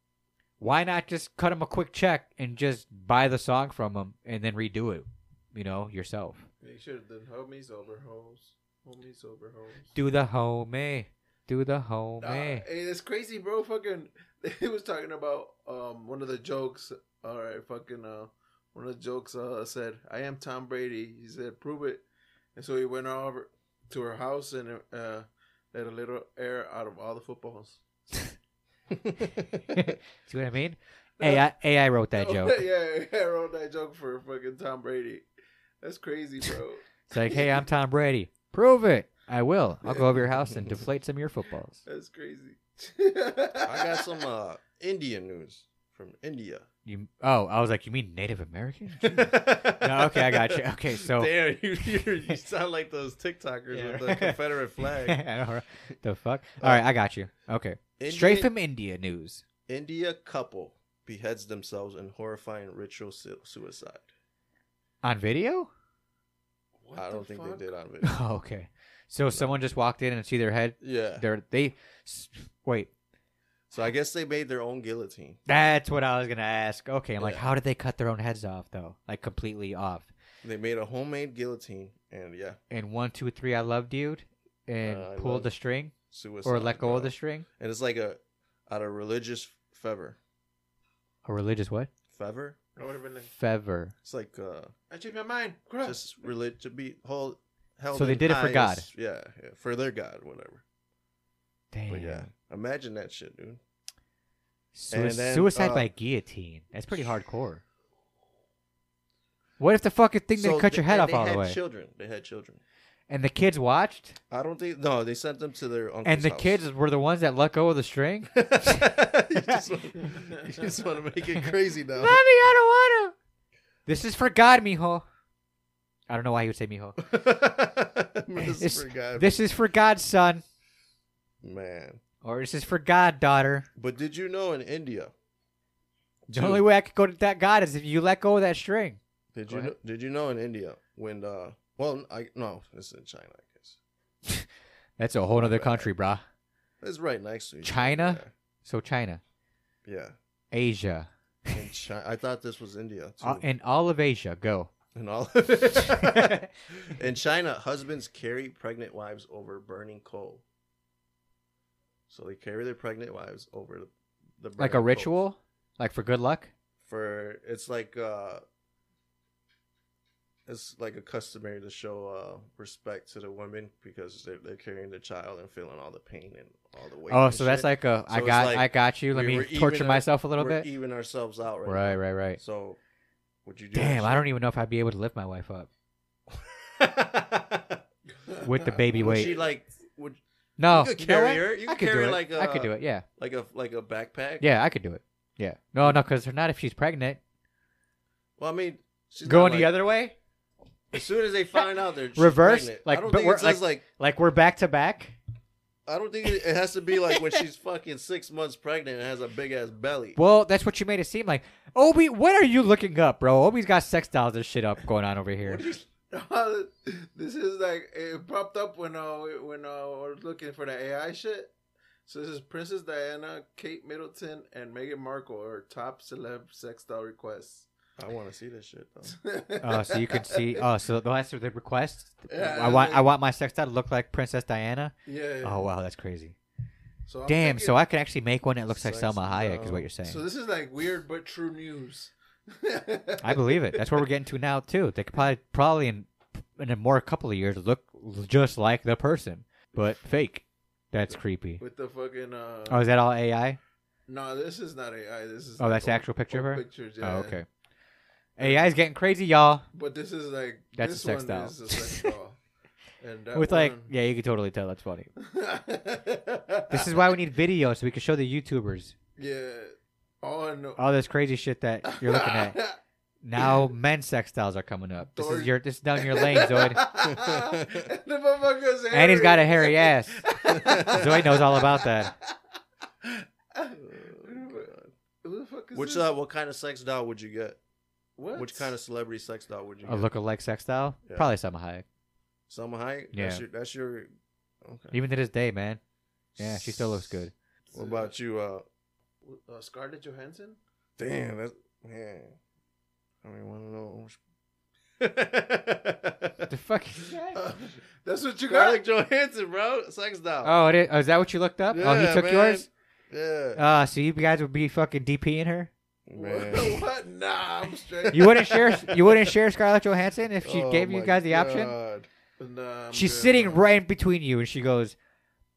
Speaker 1: why not just cut him a quick check and just buy the song from him and then redo it, you know, yourself?
Speaker 2: They should have done homies over hoes. Homies over hoes.
Speaker 1: Do the homie, do the
Speaker 2: Nah,
Speaker 1: homie.
Speaker 2: hey, that's crazy, bro. Fucking, he was talking about um one of the jokes. All right, fucking uh, one of the jokes uh said, "I am Tom Brady." He said, "Prove it," and so he went over to her house and uh let a little air out of all the footballs.
Speaker 1: See what I mean? AI AI wrote that joke.
Speaker 2: yeah, yeah, I wrote that joke for fucking Tom Brady. That's crazy, bro.
Speaker 1: It's like, hey, I'm Tom Brady. Prove it. I will. I'll go over your house and deflate some of your footballs.
Speaker 2: That's crazy.
Speaker 3: I got some uh, Indian news from India.
Speaker 1: You, oh, I was like, you mean Native American?
Speaker 3: no, okay,
Speaker 1: I got you. Okay, so-
Speaker 3: damn, you, you you sound like those TikTokers
Speaker 1: Yeah.
Speaker 3: with the Confederate flag.
Speaker 1: I know, right? the fuck? All right, I got you. Okay. Straight
Speaker 3: Indian-
Speaker 1: from India news.
Speaker 3: India couple beheads themselves in horrifying ritual su- suicide.
Speaker 1: On video?
Speaker 2: What
Speaker 3: I
Speaker 2: the
Speaker 3: don't think
Speaker 2: fuck?
Speaker 3: they did on video.
Speaker 1: Oh, okay. So someone just walked in and see their head.
Speaker 3: yeah.
Speaker 1: They're, they. s- Wait,
Speaker 3: So I guess they made their own guillotine.
Speaker 1: that's what I was going to ask. Okay, I'm like,
Speaker 3: Yeah.
Speaker 1: how did they cut their own heads off, though? Like, completely off.
Speaker 3: They made a homemade guillotine, and yeah,
Speaker 1: And one, two, three, I love dude. And
Speaker 3: Uh, I
Speaker 1: pulled
Speaker 3: love-
Speaker 1: the string
Speaker 3: suicide.
Speaker 1: or let go of
Speaker 3: bro.
Speaker 1: the string.
Speaker 3: And it's like a out of religious fever.
Speaker 1: A religious what?
Speaker 3: Fever.
Speaker 2: I would have been like,
Speaker 1: Fever.
Speaker 3: It's like uh,
Speaker 2: I changed my mind. Gross.
Speaker 3: just relig to be hold. Held
Speaker 1: So they
Speaker 3: in
Speaker 1: did it for God.
Speaker 3: highest- Yeah, yeah, for their God, whatever.
Speaker 1: Damn.
Speaker 3: But yeah, imagine that shit, dude.
Speaker 1: Sui-
Speaker 3: And then,
Speaker 1: suicide
Speaker 3: uh,
Speaker 1: by guillotine. That's pretty hardcore. What if the fucking thing that cut
Speaker 3: they-
Speaker 1: your head
Speaker 3: and
Speaker 1: off
Speaker 3: they
Speaker 1: all
Speaker 3: had
Speaker 1: the way?
Speaker 3: Children, they had children.
Speaker 1: and the kids watched?
Speaker 3: I don't think no. They sent them to their uncle's
Speaker 1: And the
Speaker 3: house.
Speaker 1: kids were the ones that let go of the string?
Speaker 3: you just want to make it crazy now.
Speaker 1: Mommy, I don't wanna. This is for God, mijo. I don't know why he would say mijo.
Speaker 3: this is
Speaker 1: It's-
Speaker 3: for God,
Speaker 1: This is for God, son.
Speaker 3: man.
Speaker 1: Or this is for God, daughter.
Speaker 3: But did you know in India?
Speaker 1: The only way I could go to that God is if you let go of that string.
Speaker 3: Did
Speaker 1: Go
Speaker 3: you know,
Speaker 1: ahead.
Speaker 3: did you know in India when uh well I no it's in China I guess
Speaker 1: That's a whole other country, brah.
Speaker 3: it's right next to each other,
Speaker 1: China? So China,
Speaker 3: yeah,
Speaker 1: Asia,
Speaker 3: yeah. In China I thought this was India too
Speaker 1: uh, and all of Asia, go.
Speaker 3: and all of it. in China husbands carry pregnant wives over burning coal so they carry their pregnant wives over the, the burning
Speaker 1: like a
Speaker 3: coals.
Speaker 1: ritual, like for good luck.
Speaker 3: for it's like uh it's like a customary to show uh respect to the women because they're, they're carrying the child and feeling all the pain and all the weight
Speaker 1: oh,
Speaker 3: and
Speaker 1: so that's
Speaker 3: shit.
Speaker 1: like a I
Speaker 3: So it's
Speaker 1: got
Speaker 3: like
Speaker 1: I got you. Let
Speaker 3: we- we're
Speaker 1: me
Speaker 3: even
Speaker 1: torture
Speaker 3: our-
Speaker 1: myself a little
Speaker 3: we're
Speaker 1: bit.
Speaker 3: even ourselves out right,
Speaker 1: right,
Speaker 3: now.
Speaker 1: right, right.
Speaker 3: so would you do
Speaker 1: Damn, I don't even know if I'd be able to lift my wife up
Speaker 3: don't
Speaker 1: e-, with the baby
Speaker 3: would she
Speaker 1: weight.
Speaker 3: like would
Speaker 1: no,
Speaker 3: you could
Speaker 1: You know
Speaker 3: carry
Speaker 1: what?
Speaker 3: her you
Speaker 1: I
Speaker 3: could
Speaker 1: could
Speaker 3: carry
Speaker 1: do it.
Speaker 3: like a
Speaker 1: I could do it. Yeah,
Speaker 3: like a like a backpack
Speaker 1: yeah, I could do it. Yeah, no, no, because not if she's pregnant.
Speaker 3: well I mean she's
Speaker 1: Going
Speaker 3: not,
Speaker 1: the
Speaker 3: like-
Speaker 1: other way,
Speaker 3: as soon as they find out they're she's
Speaker 1: Reverse?
Speaker 3: pregnant.
Speaker 1: Like,
Speaker 3: I don't
Speaker 1: but
Speaker 3: think
Speaker 1: we're-
Speaker 3: it says like
Speaker 1: like we're back to back.
Speaker 3: I don't think it, it has to be like when she's fucking six months pregnant and has a big ass belly.
Speaker 1: Well, that's what you made it seem like. Obi, what are you looking up, bro? Obi's got sex dolls and shit up going on over here.
Speaker 2: this is like it popped up when uh when uh we we're looking for the AI shit. So this is Princess Diana, Kate Middleton, and Meghan Markle are top celeb sex doll requests.
Speaker 3: I want to see this shit though.
Speaker 1: Oh, so you can see. Oh, so that's the request.
Speaker 2: Yeah,
Speaker 1: I want.
Speaker 2: like-
Speaker 1: I want my sex doll to look like Princess Diana.
Speaker 2: yeah.
Speaker 1: Oh wow, that's crazy.
Speaker 2: So I'm
Speaker 1: Damn.
Speaker 2: thinking-
Speaker 1: So I could actually make one that looks like
Speaker 3: Sex
Speaker 1: Selma Hayek, is what you're
Speaker 3: doll.
Speaker 1: saying.
Speaker 2: So this is like weird but true news.
Speaker 1: I believe it. That's where we're getting to now too. They could probably probably in in a more couple of years look just like the person, but fake. That's creepy.
Speaker 2: with the fucking uh
Speaker 1: Oh, is that all AI?
Speaker 2: no, this is not AI. This is
Speaker 1: Oh, that's the
Speaker 2: old-
Speaker 1: actual picture of
Speaker 2: old
Speaker 1: her?
Speaker 2: Pictures, yeah.
Speaker 1: Oh, okay. AI is getting crazy, y'all.
Speaker 2: But this is like
Speaker 1: That's a
Speaker 2: this
Speaker 1: sex
Speaker 2: one
Speaker 1: doll.
Speaker 2: is a sex doll. And that
Speaker 1: With like,
Speaker 2: one-
Speaker 1: yeah, you can totally tell that's funny. This
Speaker 2: this
Speaker 1: is why we need video so we can show the YouTubers
Speaker 2: yeah. Oh no.
Speaker 1: all this crazy shit that you're looking at. Now men's sex styles are coming up. This is your this is down your lane, Zoid.
Speaker 2: the motherfucker's hairy.
Speaker 1: And he's got a hairy ass. Zoid knows all about that.
Speaker 2: Who the fuck is
Speaker 3: Which
Speaker 2: this?
Speaker 3: uh, what kind of sex doll would you get?
Speaker 2: What?
Speaker 3: Which kind of celebrity sex doll would you
Speaker 1: A
Speaker 3: get?
Speaker 1: look-alike sex style?
Speaker 3: Yeah.
Speaker 1: Probably Selma Hayek.
Speaker 3: Selma Hayek.
Speaker 1: Yeah.
Speaker 3: That's your. That's your okay.
Speaker 1: Even to this day, man. Yeah, she still looks good.
Speaker 3: What about you? Uh,
Speaker 2: uh, Scarlett Johansson?
Speaker 3: damn. That's man. I mean, want to know.
Speaker 1: The fuck?
Speaker 2: That's what you got.
Speaker 3: Garlic Uh, Johansson, bro. Sex doll.
Speaker 1: Oh, it is. oh, is that what you looked up? oh, he
Speaker 3: Yeah,
Speaker 1: took
Speaker 3: man.
Speaker 1: yours.
Speaker 3: Yeah.
Speaker 1: Ah, so you guys would be fucking DPing her.
Speaker 3: man.
Speaker 2: what? Nah, I'm straight.
Speaker 1: You wouldn't share. You wouldn't share Scarlett Johansson if she
Speaker 3: Oh
Speaker 1: gave you
Speaker 3: my
Speaker 1: guys the option.
Speaker 3: God.
Speaker 2: Nah, I'm
Speaker 1: She's
Speaker 2: good,
Speaker 1: sitting
Speaker 2: man.
Speaker 1: right in between you, and she goes,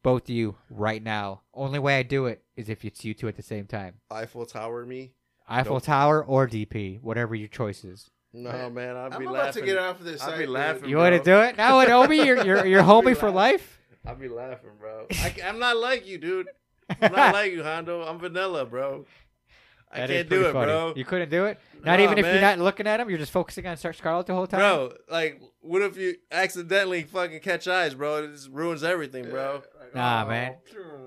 Speaker 1: "Both of you right now. Only way I do it is if it's you two at the same time.
Speaker 3: Eiffel Tower me.
Speaker 1: Eiffel
Speaker 3: Nope.
Speaker 1: Tower or DP, whatever your choice is.
Speaker 3: No, man, I'd
Speaker 2: I'm
Speaker 3: be
Speaker 2: about
Speaker 3: laughing.
Speaker 2: to get off this
Speaker 3: I'd
Speaker 2: site.
Speaker 3: be
Speaker 2: dude.
Speaker 3: laughing.
Speaker 1: You want to do it now, Obi? You're you're, you're homie for life.
Speaker 3: I'd be laughing, bro. I, am not like you, dude. I'm not like you, Hondo. I'm vanilla, bro. I
Speaker 1: That is
Speaker 3: can't do
Speaker 1: pretty
Speaker 3: it,
Speaker 1: funny.
Speaker 3: bro.
Speaker 1: You couldn't do it. Not
Speaker 3: Nah,
Speaker 1: even if you're
Speaker 3: man.
Speaker 1: not looking at him. You're just focusing on Scar- Scarlet the whole time.
Speaker 3: Bro, like, what if you accidentally fucking catch eyes, bro? It just ruins everything, bro.
Speaker 1: Nah,
Speaker 2: oh,
Speaker 1: man.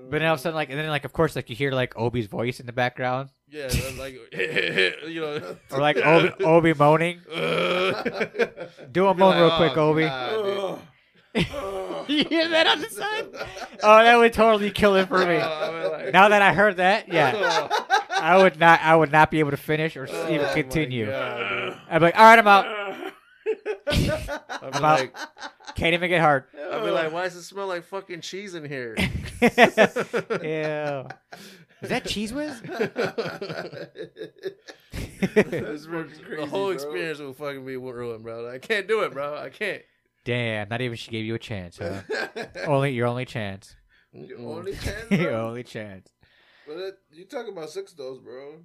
Speaker 1: But then all of a sudden, like, and then like, of course, like you hear like Obi's voice in the background,
Speaker 3: Yeah, that's like, you know.
Speaker 1: or like Obi, Obi moaning. Do a moan
Speaker 3: "Oh,
Speaker 1: real quick, Obi.
Speaker 3: Ugh.
Speaker 1: you hear that on the side? Oh, that would totally kill it for me.
Speaker 3: Oh, I'm like,
Speaker 1: Now that I heard that, yeah,
Speaker 3: oh,
Speaker 1: I would not. I would not be able to finish or
Speaker 3: oh
Speaker 1: even
Speaker 3: my
Speaker 1: continue.
Speaker 3: God, dude.
Speaker 1: I'd be like, all right, I'm out.
Speaker 3: I'd be
Speaker 1: I'm out.
Speaker 3: like,
Speaker 1: Can't even get hard.
Speaker 3: I'd be like, why does it smell like fucking cheese in here?
Speaker 1: Ew. Is that cheese whiz?
Speaker 2: That's fucking crazy,
Speaker 3: the whole
Speaker 2: bro.
Speaker 3: experience will fucking be ruined, bro. I can't do it, bro. I can't.
Speaker 1: Damn, not even she gave you a chance. Huh? only your only chance.
Speaker 2: Your
Speaker 3: Mm-mm.
Speaker 2: only
Speaker 1: Mm.
Speaker 2: chance,
Speaker 1: your
Speaker 2: bro.
Speaker 1: only chance.
Speaker 2: But that, you talking about six those, bro?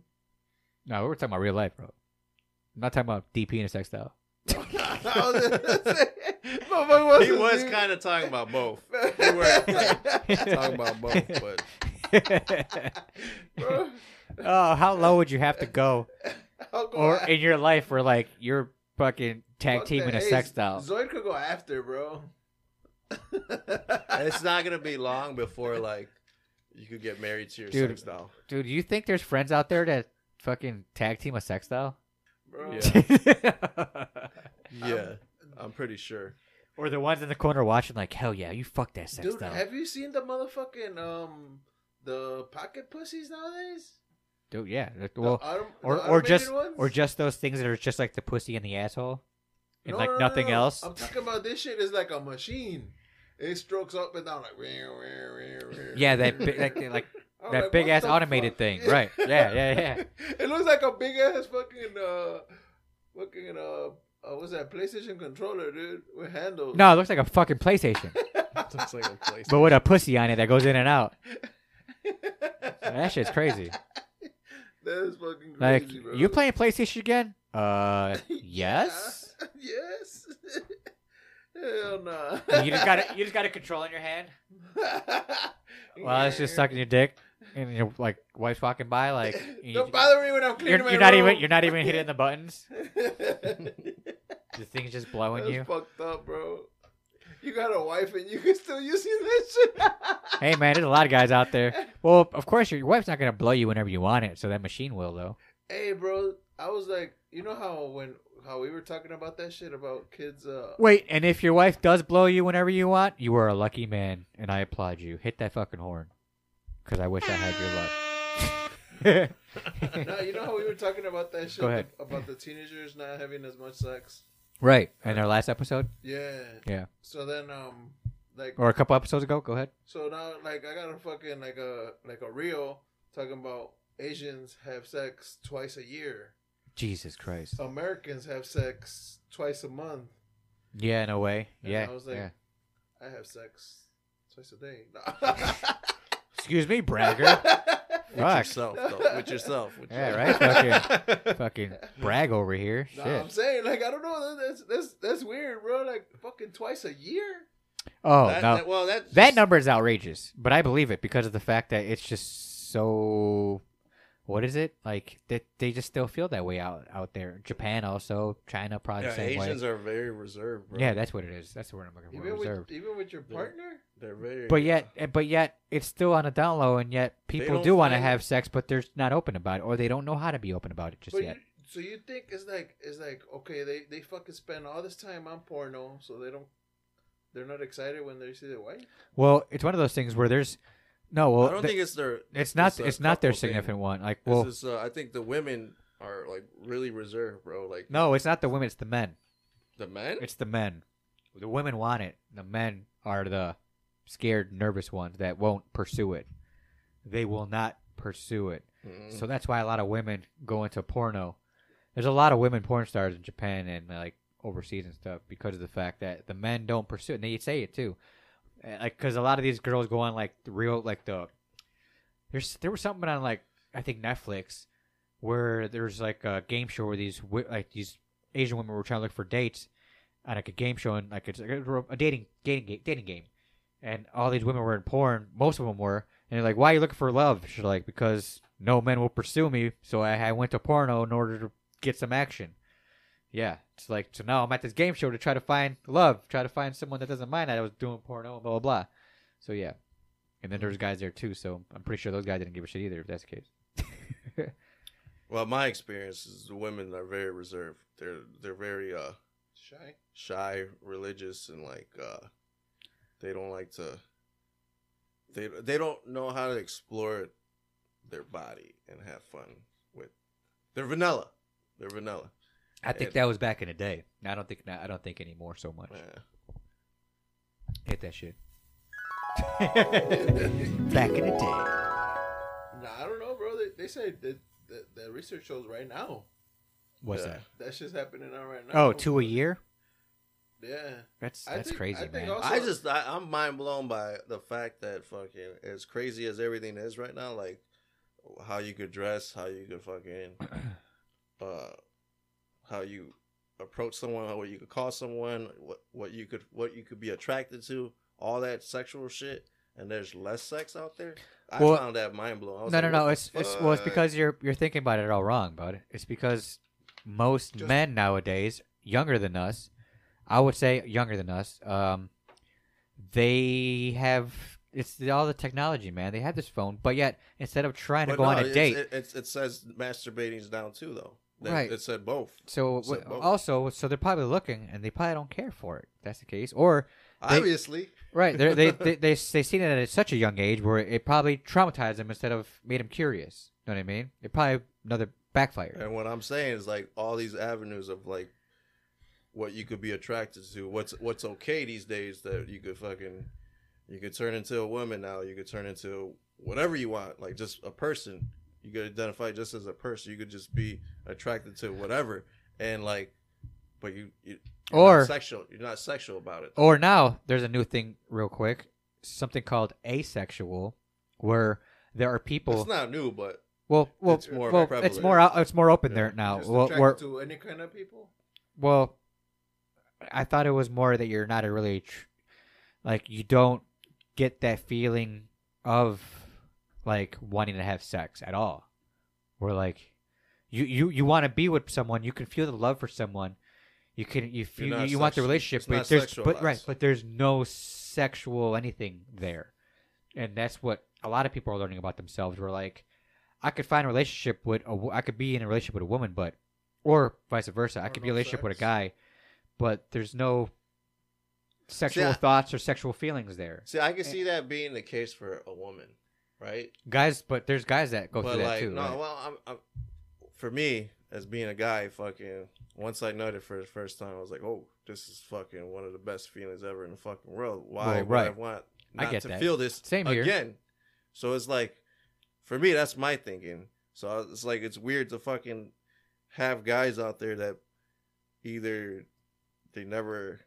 Speaker 1: No, we were talking about real life, bro. I'm not talking about DP and a sex style.
Speaker 3: he was kind of talking about both. We were talking about both, but
Speaker 2: Bro,
Speaker 1: oh, how low would you have to go,
Speaker 2: I'll go
Speaker 1: or
Speaker 2: after-
Speaker 1: in your life, where like you're fucking tag
Speaker 2: Fuck
Speaker 1: team
Speaker 2: that.
Speaker 1: in a
Speaker 2: Hey,
Speaker 1: sex style?
Speaker 2: Zoid could go after, bro.
Speaker 3: it's not gonna be long before like you could get married to your
Speaker 1: Dude.
Speaker 3: sex doll.
Speaker 1: Dude, do you think there's friends out there that fucking tag team a sex style?
Speaker 2: bro.
Speaker 3: Yeah. Yeah, I'm pretty sure.
Speaker 1: or the ones in the corner watching, like, hell yeah, you fuck that sex
Speaker 2: Dude,
Speaker 1: style.
Speaker 2: have you seen the motherfucking um the pocket pussies nowadays?
Speaker 1: Dude, yeah. that-
Speaker 2: The
Speaker 1: Well,
Speaker 2: autom- the
Speaker 1: or or
Speaker 2: automated
Speaker 1: just
Speaker 2: ones?
Speaker 1: or just those things that are just like the pussy and the asshole, and
Speaker 2: No,
Speaker 1: like
Speaker 2: no, no,
Speaker 1: nothing
Speaker 2: no.
Speaker 1: else.
Speaker 2: I'm talking about this shit is like a machine. It strokes up and down like. "Meow, meow, meow,
Speaker 1: Yeah,
Speaker 2: meow."
Speaker 1: that big, like, like
Speaker 2: I'm
Speaker 1: that
Speaker 2: like,
Speaker 1: big
Speaker 2: what
Speaker 1: ass
Speaker 2: the
Speaker 1: automated
Speaker 2: fuck?
Speaker 1: thing, right? Yeah, yeah, yeah.
Speaker 2: it looks like a big ass fucking uh, fucking uh, uh, what's that PlayStation controller, dude, with handles.
Speaker 1: No, it looks like a fucking PlayStation,
Speaker 3: It's like a place.
Speaker 1: but with a pussy on it that goes in and out. That shit's crazy.
Speaker 2: that is fucking crazy,
Speaker 1: Like,
Speaker 2: bro.
Speaker 1: you playing PlayStation again? Uh, yes.
Speaker 2: yes. Hell no.
Speaker 1: you just got it. You just got a control in your hand. Well, it's just sucking your dick, and your like wife's walking by, like you,
Speaker 2: Don't bother me when I'm
Speaker 1: you're,
Speaker 2: cleaning my
Speaker 1: you're not even
Speaker 2: room.
Speaker 1: you're not even hitting the buttons.
Speaker 2: That's
Speaker 1: The thing's just blowing you.
Speaker 2: fucked up, bro. You got a wife and you can still use that shit.
Speaker 1: Hey man, there's a lot of guys out there. Well, of course your, your wife's not gonna blow you whenever you want it, so that machine will though.
Speaker 2: hey, bro. I was like, you know how when how we were talking about that shit about kids. Uh,
Speaker 1: Wait, and if your wife does blow you whenever you want, you are a lucky man, and I applaud you. Hit that fucking horn, because I wish I had your luck.
Speaker 2: no, you know how we were talking about that shit
Speaker 1: Go ahead.
Speaker 2: about the teenagers not having as much sex.
Speaker 1: right, in our last episode,
Speaker 2: Yeah.
Speaker 1: yeah,
Speaker 2: So then, um, like,
Speaker 1: or a couple episodes ago. Go ahead.
Speaker 2: so now, like, I got a fucking like a like a reel talking about Asians have sex twice a year.
Speaker 1: Jesus Christ.
Speaker 2: Americans have sex twice a month.
Speaker 1: Yeah, in a way.
Speaker 2: And
Speaker 1: Yeah.
Speaker 2: I was like,
Speaker 1: yeah.
Speaker 2: I have sex twice a day.
Speaker 1: Excuse me, bragger.
Speaker 3: with
Speaker 1: Fuck.
Speaker 3: yourself, though. With yourself. With
Speaker 1: Yeah,
Speaker 3: yourself.
Speaker 1: right? Fucking brag over here.
Speaker 2: no,
Speaker 1: Shit.
Speaker 2: I'm saying like I don't know. That's that's that's weird, bro. Like fucking twice a year.
Speaker 1: Oh
Speaker 3: That-
Speaker 1: no,
Speaker 3: that- well, that
Speaker 1: that number is outrageous, but I believe it because of the fact that it's just so. What is it like? That they just still feel that way out out there. Japan also, China probably
Speaker 3: Yeah,
Speaker 1: the same
Speaker 3: Asians
Speaker 1: way.
Speaker 3: are very reserved, bro.
Speaker 1: yeah, that's what it is. That's the word I'm looking for.
Speaker 2: Even
Speaker 1: Reserved.
Speaker 2: with even with your
Speaker 3: Yeah.
Speaker 2: partner.
Speaker 3: they're very.
Speaker 1: But yet, eh, but yet, it's still on a down low, and yet people
Speaker 3: don't
Speaker 1: do want to
Speaker 3: find-
Speaker 1: have sex, but they're not open about it, or they don't know how to be open about it just
Speaker 2: But
Speaker 1: yet.
Speaker 2: you, so you think it's like it's like okay they they fucking spend all this time on porno so they don't they're not excited when they see their wife.
Speaker 1: Well, it's one of those things where there's no. Well,
Speaker 3: I don't
Speaker 1: the-
Speaker 3: think it's their.
Speaker 1: It's not. It's,
Speaker 3: a
Speaker 1: not their
Speaker 3: couple thing.
Speaker 1: significant one. Like,
Speaker 3: This
Speaker 1: well,
Speaker 3: is. Uh, I think the women are like really reserved, bro. Like
Speaker 1: no, it's not the women. It's the men.
Speaker 3: the men.
Speaker 1: It's the men. The women want it. The men are the scared, nervous ones that won't pursue it. They will not pursue it.
Speaker 3: Mm.
Speaker 1: So that's why a lot of women go into porno. There's a lot of women porn stars in Japan and like overseas and stuff because of the fact that the men don't pursue it. And they say it too, Uh, like because a lot of these girls go on like the real like the there's there was something on like I think Netflix where there's like a game show where these wi- like these Asian women were trying to look for dates at like a game show and like it's a dating dating ga- dating game, and all these women were in porn. Most of them were, and they're like, "Why are you looking for love?" She's like, "Because no men will pursue me, so I, I went to porno in order to get some action." Yeah, it's like so now I'm at this game show to try to find love, try to find someone that doesn't mind that I was doing porno, blah blah blah. So yeah, and then there's guys there too. So I'm pretty sure those guys didn't give a shit either. If that's the case.
Speaker 3: Well, my experience is the women are very reserved. They're they're very uh
Speaker 2: Shy.
Speaker 3: shy, religious, and like uh they don't like to. They they don't know how to explore their body and have fun with. They're vanilla. They're vanilla.
Speaker 1: I think
Speaker 3: It-
Speaker 1: that was back in the day. I don't think I don't think anymore so much.
Speaker 3: Yeah.
Speaker 1: Hit that shit. back in the day.
Speaker 2: Nah, I don't know, bro. They, they say that, that that research shows right now.
Speaker 1: What's
Speaker 3: Yeah.
Speaker 1: that?
Speaker 2: That's just happening out right now.
Speaker 1: Oh, two a year?
Speaker 2: Yeah.
Speaker 1: That's
Speaker 2: I
Speaker 1: that's
Speaker 2: think- I
Speaker 1: crazy,
Speaker 2: think
Speaker 1: man.
Speaker 2: also-
Speaker 3: I just I, I'm mind blown by the fact that fucking as crazy as everything is right now, like how you could dress, how you could fucking, uh, how you approach someone, how you could call someone, what what you could what you could be attracted to, all that sexual shit, and there's less sex out there. I
Speaker 1: Well-
Speaker 3: found that mind blowing. I was
Speaker 1: No,
Speaker 3: like,
Speaker 1: no,
Speaker 3: what
Speaker 1: no.
Speaker 3: the
Speaker 1: It's it's well, it's
Speaker 3: fuck?
Speaker 1: because you're you're thinking about it all wrong, bud. It's because most
Speaker 2: Just-
Speaker 1: men nowadays, younger than us, I would say younger than us, um, they have it's the- all the technology, man. They have this phone, but yet instead of trying to
Speaker 3: But
Speaker 1: go on
Speaker 3: no,
Speaker 1: a
Speaker 3: it's-
Speaker 1: date,
Speaker 3: It, it's- it says masturbating is down too, though. They-
Speaker 1: Right.
Speaker 3: It said both.
Speaker 1: so
Speaker 3: So
Speaker 1: w-
Speaker 3: both.
Speaker 1: also, so they're probably looking, and they probably don't care for it. if That's the case, or They-
Speaker 3: Obviously,
Speaker 1: Right. They're, they they they they seen it at such a young age where it probably traumatized them instead of made them curious. You know what I mean? It probably another backfired.
Speaker 3: And what I'm saying is like all these avenues of like what you could be attracted to, what's what's okay these days that you could fucking you could turn into a woman now, you could turn into whatever you want, like just a person. You could identify just as a person. You could just be attracted to whatever and like but you, you you're
Speaker 1: Or-
Speaker 3: not sexual you're not sexual about it.
Speaker 1: Or now there's a new thing, real quick, something called asexual, where there are people.
Speaker 3: It's not new, but
Speaker 1: well, well,
Speaker 3: it's more
Speaker 1: well,
Speaker 3: prevalent.
Speaker 1: it's more out, it's more open there now.
Speaker 2: Just
Speaker 1: Well,
Speaker 2: attracted
Speaker 1: where-
Speaker 2: to any kind of people.
Speaker 1: well, I thought it was more that you're not a really tr- like you don't get that feeling of like wanting to have sex at all. Where like you you you want to be with someone, you can feel the love for someone. You can you feel, you
Speaker 3: not
Speaker 1: want the
Speaker 3: sexual-
Speaker 1: relationship,
Speaker 3: it's
Speaker 1: but
Speaker 3: not
Speaker 1: there's but right,
Speaker 3: sexualized.
Speaker 1: but there's no sexual anything there, and that's what a lot of people are learning about themselves. We're like, I could find a relationship with a wo- I could be in a relationship with a woman, but or vice versa, I
Speaker 2: Or
Speaker 1: could be in a
Speaker 2: no
Speaker 1: relationship with a
Speaker 2: sex.
Speaker 1: guy, but there's no sexual
Speaker 3: I-
Speaker 1: thoughts or sexual feelings there,
Speaker 3: see I can see that being the case for a woman, right?
Speaker 1: guys. But there's guys that go
Speaker 3: but
Speaker 1: through
Speaker 3: like,
Speaker 1: that too.
Speaker 3: no,
Speaker 1: right?
Speaker 3: well, I'm, I'm, for me as being a guy, fucking once I nutted for the first time, I was like, oh, this is fucking one of the best feelings ever in the fucking world. Why
Speaker 1: Well,
Speaker 3: would I
Speaker 1: right.
Speaker 3: want
Speaker 1: I
Speaker 3: not
Speaker 1: get
Speaker 3: to
Speaker 1: that.
Speaker 3: feel this
Speaker 1: Same here.
Speaker 3: again? So it's like, for me, that's my thinking. So I- it's like it's weird to fucking have guys out there that either they never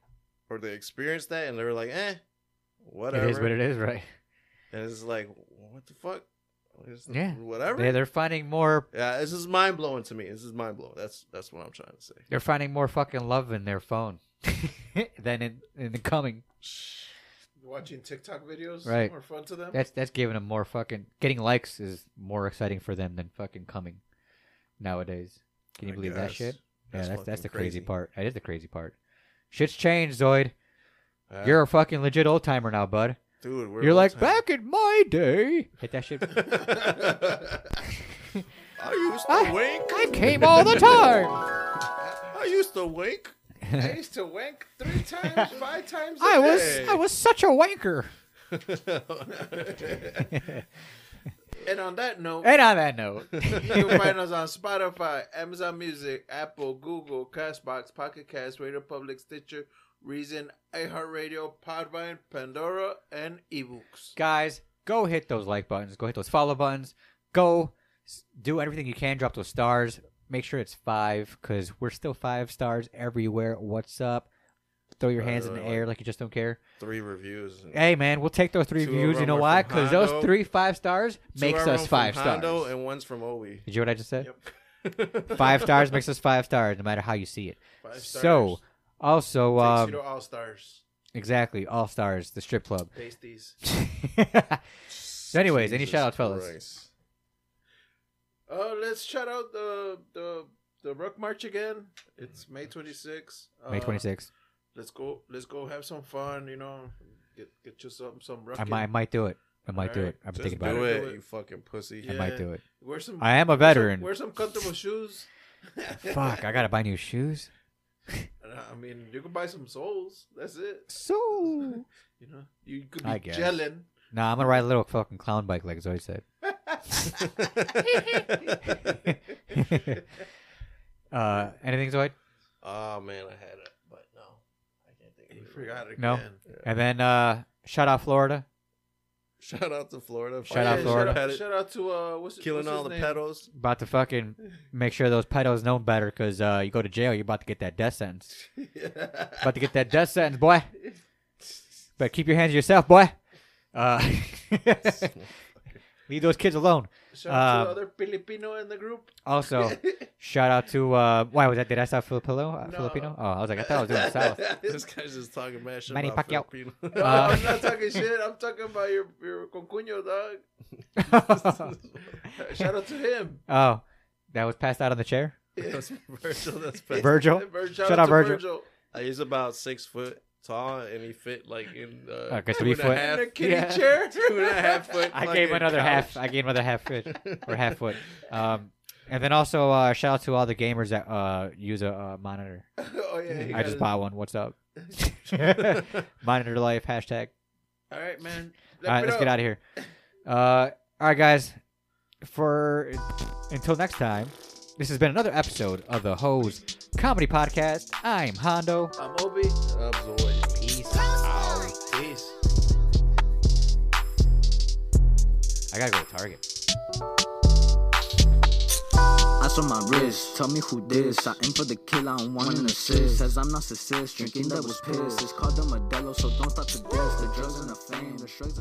Speaker 3: or they experienced that and they're like, eh, whatever.
Speaker 1: it is what it is, right?
Speaker 3: And it's like, what the fuck? It's-
Speaker 1: Yeah.
Speaker 3: whatever.
Speaker 1: They, they're finding more
Speaker 3: Yeah, this is mind blowing to me. This is mind blowing. That's that's what I'm trying to say.
Speaker 1: They're finding more fucking love in their phone than in, in the coming.
Speaker 2: Watching TikTok videos.
Speaker 1: Right.
Speaker 2: More fun to them.
Speaker 1: That's that's giving them more fucking getting likes is more exciting for them than fucking coming nowadays. Can you
Speaker 3: I
Speaker 1: believe that
Speaker 3: guess.
Speaker 1: shit?
Speaker 3: That's
Speaker 1: yeah, that's that's
Speaker 3: fucking
Speaker 1: the crazy,
Speaker 3: crazy.
Speaker 1: part. That is the crazy part. Shit's changed, Zoid.
Speaker 3: Uh,
Speaker 1: You're a fucking legit old timer now, bud.
Speaker 3: dude. We're
Speaker 1: You're like
Speaker 3: old-timers.
Speaker 1: back in my day. Hit that shit.
Speaker 3: I used to
Speaker 1: I-
Speaker 3: wink.
Speaker 1: I came all the time.
Speaker 3: I used to wink.
Speaker 2: I used to wank three times, five times. a
Speaker 1: I was
Speaker 2: day.
Speaker 1: I was such a wanker.
Speaker 2: And on that note,
Speaker 1: And on that note,
Speaker 2: you can find us on Spotify, Amazon Music, Apple, Google, Castbox, Pocket Cast, Radio Public, Stitcher, Reason, iHeartRadio, Podvine, Pandora, and eBooks.
Speaker 1: guys, go hit those like buttons. Go hit those follow buttons. Go s- do everything you can. Drop those stars. Make sure it's five because we're still five stars everywhere. What's up? Throw your hands in the air like you just don't care.
Speaker 3: Three reviews. and-
Speaker 1: Hey, man, we'll take those three
Speaker 3: Two of
Speaker 1: views. You
Speaker 3: them
Speaker 1: know
Speaker 3: are
Speaker 1: why?
Speaker 3: from
Speaker 1: Because those
Speaker 3: Hondo.
Speaker 1: three five stars
Speaker 3: Two
Speaker 1: makes
Speaker 3: are
Speaker 1: us
Speaker 3: from
Speaker 1: five
Speaker 3: Hondo
Speaker 1: stars.
Speaker 3: and one's from Owe.
Speaker 1: Did you hear what I just said?
Speaker 2: Yep.
Speaker 1: Five stars makes us five stars, no matter how you see it.
Speaker 2: Five
Speaker 1: So, also, um,
Speaker 2: Tuxedo All Stars
Speaker 1: exactly, All Stars, the strip club.
Speaker 2: pasties.
Speaker 1: so, anyways, any
Speaker 3: Jesus
Speaker 1: shout out, fellas?
Speaker 3: Christ.
Speaker 2: Uh, let's shout out the the the Rock March again. It's May 26th. Uh,
Speaker 1: May 26th.
Speaker 2: Let's go. Let's go have some fun. You know, get get you some some.
Speaker 1: I
Speaker 2: Ruckin.
Speaker 1: might, I might do it. I might do
Speaker 2: Alright,
Speaker 1: it. I've been
Speaker 3: Just
Speaker 1: thinking about
Speaker 3: do
Speaker 1: it.
Speaker 3: it,
Speaker 2: Do it.
Speaker 3: you fucking pussy.
Speaker 1: I might
Speaker 2: Yeah.
Speaker 1: do it.
Speaker 2: Wear some.
Speaker 1: I am a
Speaker 2: wear some-
Speaker 1: veteran.
Speaker 2: Wear some comfortable shoes.
Speaker 1: Fuck, I gotta buy new shoes.
Speaker 2: Uh, I mean, you can buy some soles. That's it.
Speaker 1: So,
Speaker 2: You know, you could be
Speaker 1: I guess.
Speaker 2: gelling.
Speaker 1: nah, I'm gonna ride a little fucking clown bike, like Zoe said. uh, anything, Zoid?
Speaker 3: oh man, I had it, but no, I can't think. Of
Speaker 2: You
Speaker 3: it.
Speaker 2: forgot again.
Speaker 1: No. And then, uh, shout out Florida.
Speaker 3: Shout out to Florida.
Speaker 1: Shout out
Speaker 2: yeah,
Speaker 1: Florida.
Speaker 2: Shout out, shout out to uh, what's
Speaker 3: Killing
Speaker 2: what's his
Speaker 3: all the
Speaker 2: name?
Speaker 3: pedals.
Speaker 1: About to fucking make sure those pedos know better, because uh, you go to jail, you're about to get that death sentence. About to get that death sentence, boy. But keep your hands to yourself, boy. Uh, leave those kids alone.
Speaker 2: Shout out to
Speaker 1: Um,
Speaker 2: the other Filipino in the group.
Speaker 1: Also, shout out to uh, why was that? Did I sound Filipino? Uh,
Speaker 2: No.
Speaker 1: Filipino? Oh, I was like, I thought I was doing South.
Speaker 3: this guy's just talking mad shit
Speaker 1: Manny
Speaker 3: about
Speaker 1: Pacquiao.
Speaker 3: Filipino.
Speaker 2: No,
Speaker 1: Uh,
Speaker 2: I'm not talking shit. I'm talking about your your concuño dog. Shout out to him.
Speaker 1: oh, that was passed out on the chair.
Speaker 3: that's Virgil. That's bad.
Speaker 1: Virgil.
Speaker 2: Vir-
Speaker 1: Shout out
Speaker 2: to
Speaker 1: Virgil.
Speaker 3: Uh, He's about six foot tall, and he fit like in uh,
Speaker 1: Okay,
Speaker 3: two
Speaker 1: three
Speaker 3: and a
Speaker 1: foot.
Speaker 3: half-
Speaker 2: In a kitty
Speaker 1: Yeah.
Speaker 2: chair.
Speaker 3: two and a half foot.
Speaker 1: I gave
Speaker 3: fucking
Speaker 1: another half.
Speaker 3: couch.
Speaker 1: I gave another half foot or half foot. Um, and then also uh, shout out to all the gamers that uh, use a uh, monitor.
Speaker 2: oh yeah. he
Speaker 1: I
Speaker 2: got
Speaker 1: just
Speaker 2: it.
Speaker 1: bought one. What's up? monitor life hashtag.
Speaker 2: All right, man.
Speaker 1: all right, let's get out of here. Uh, all right, guys. For until next time, this has been another episode of the Hose Comedy Podcast. I'm Hondo.
Speaker 2: I'm Obi.
Speaker 3: Absorb.
Speaker 1: Peace.
Speaker 2: Peace.
Speaker 1: I gotta go to Target.
Speaker 6: Eyes on my wrist, tell me who this. I aim for the kill, I don't want an assist. Says I'm narcissist, drinking that was piss. It's called the Modelo, so don't stop to diss. The drugs and the fame, the shrugs. and-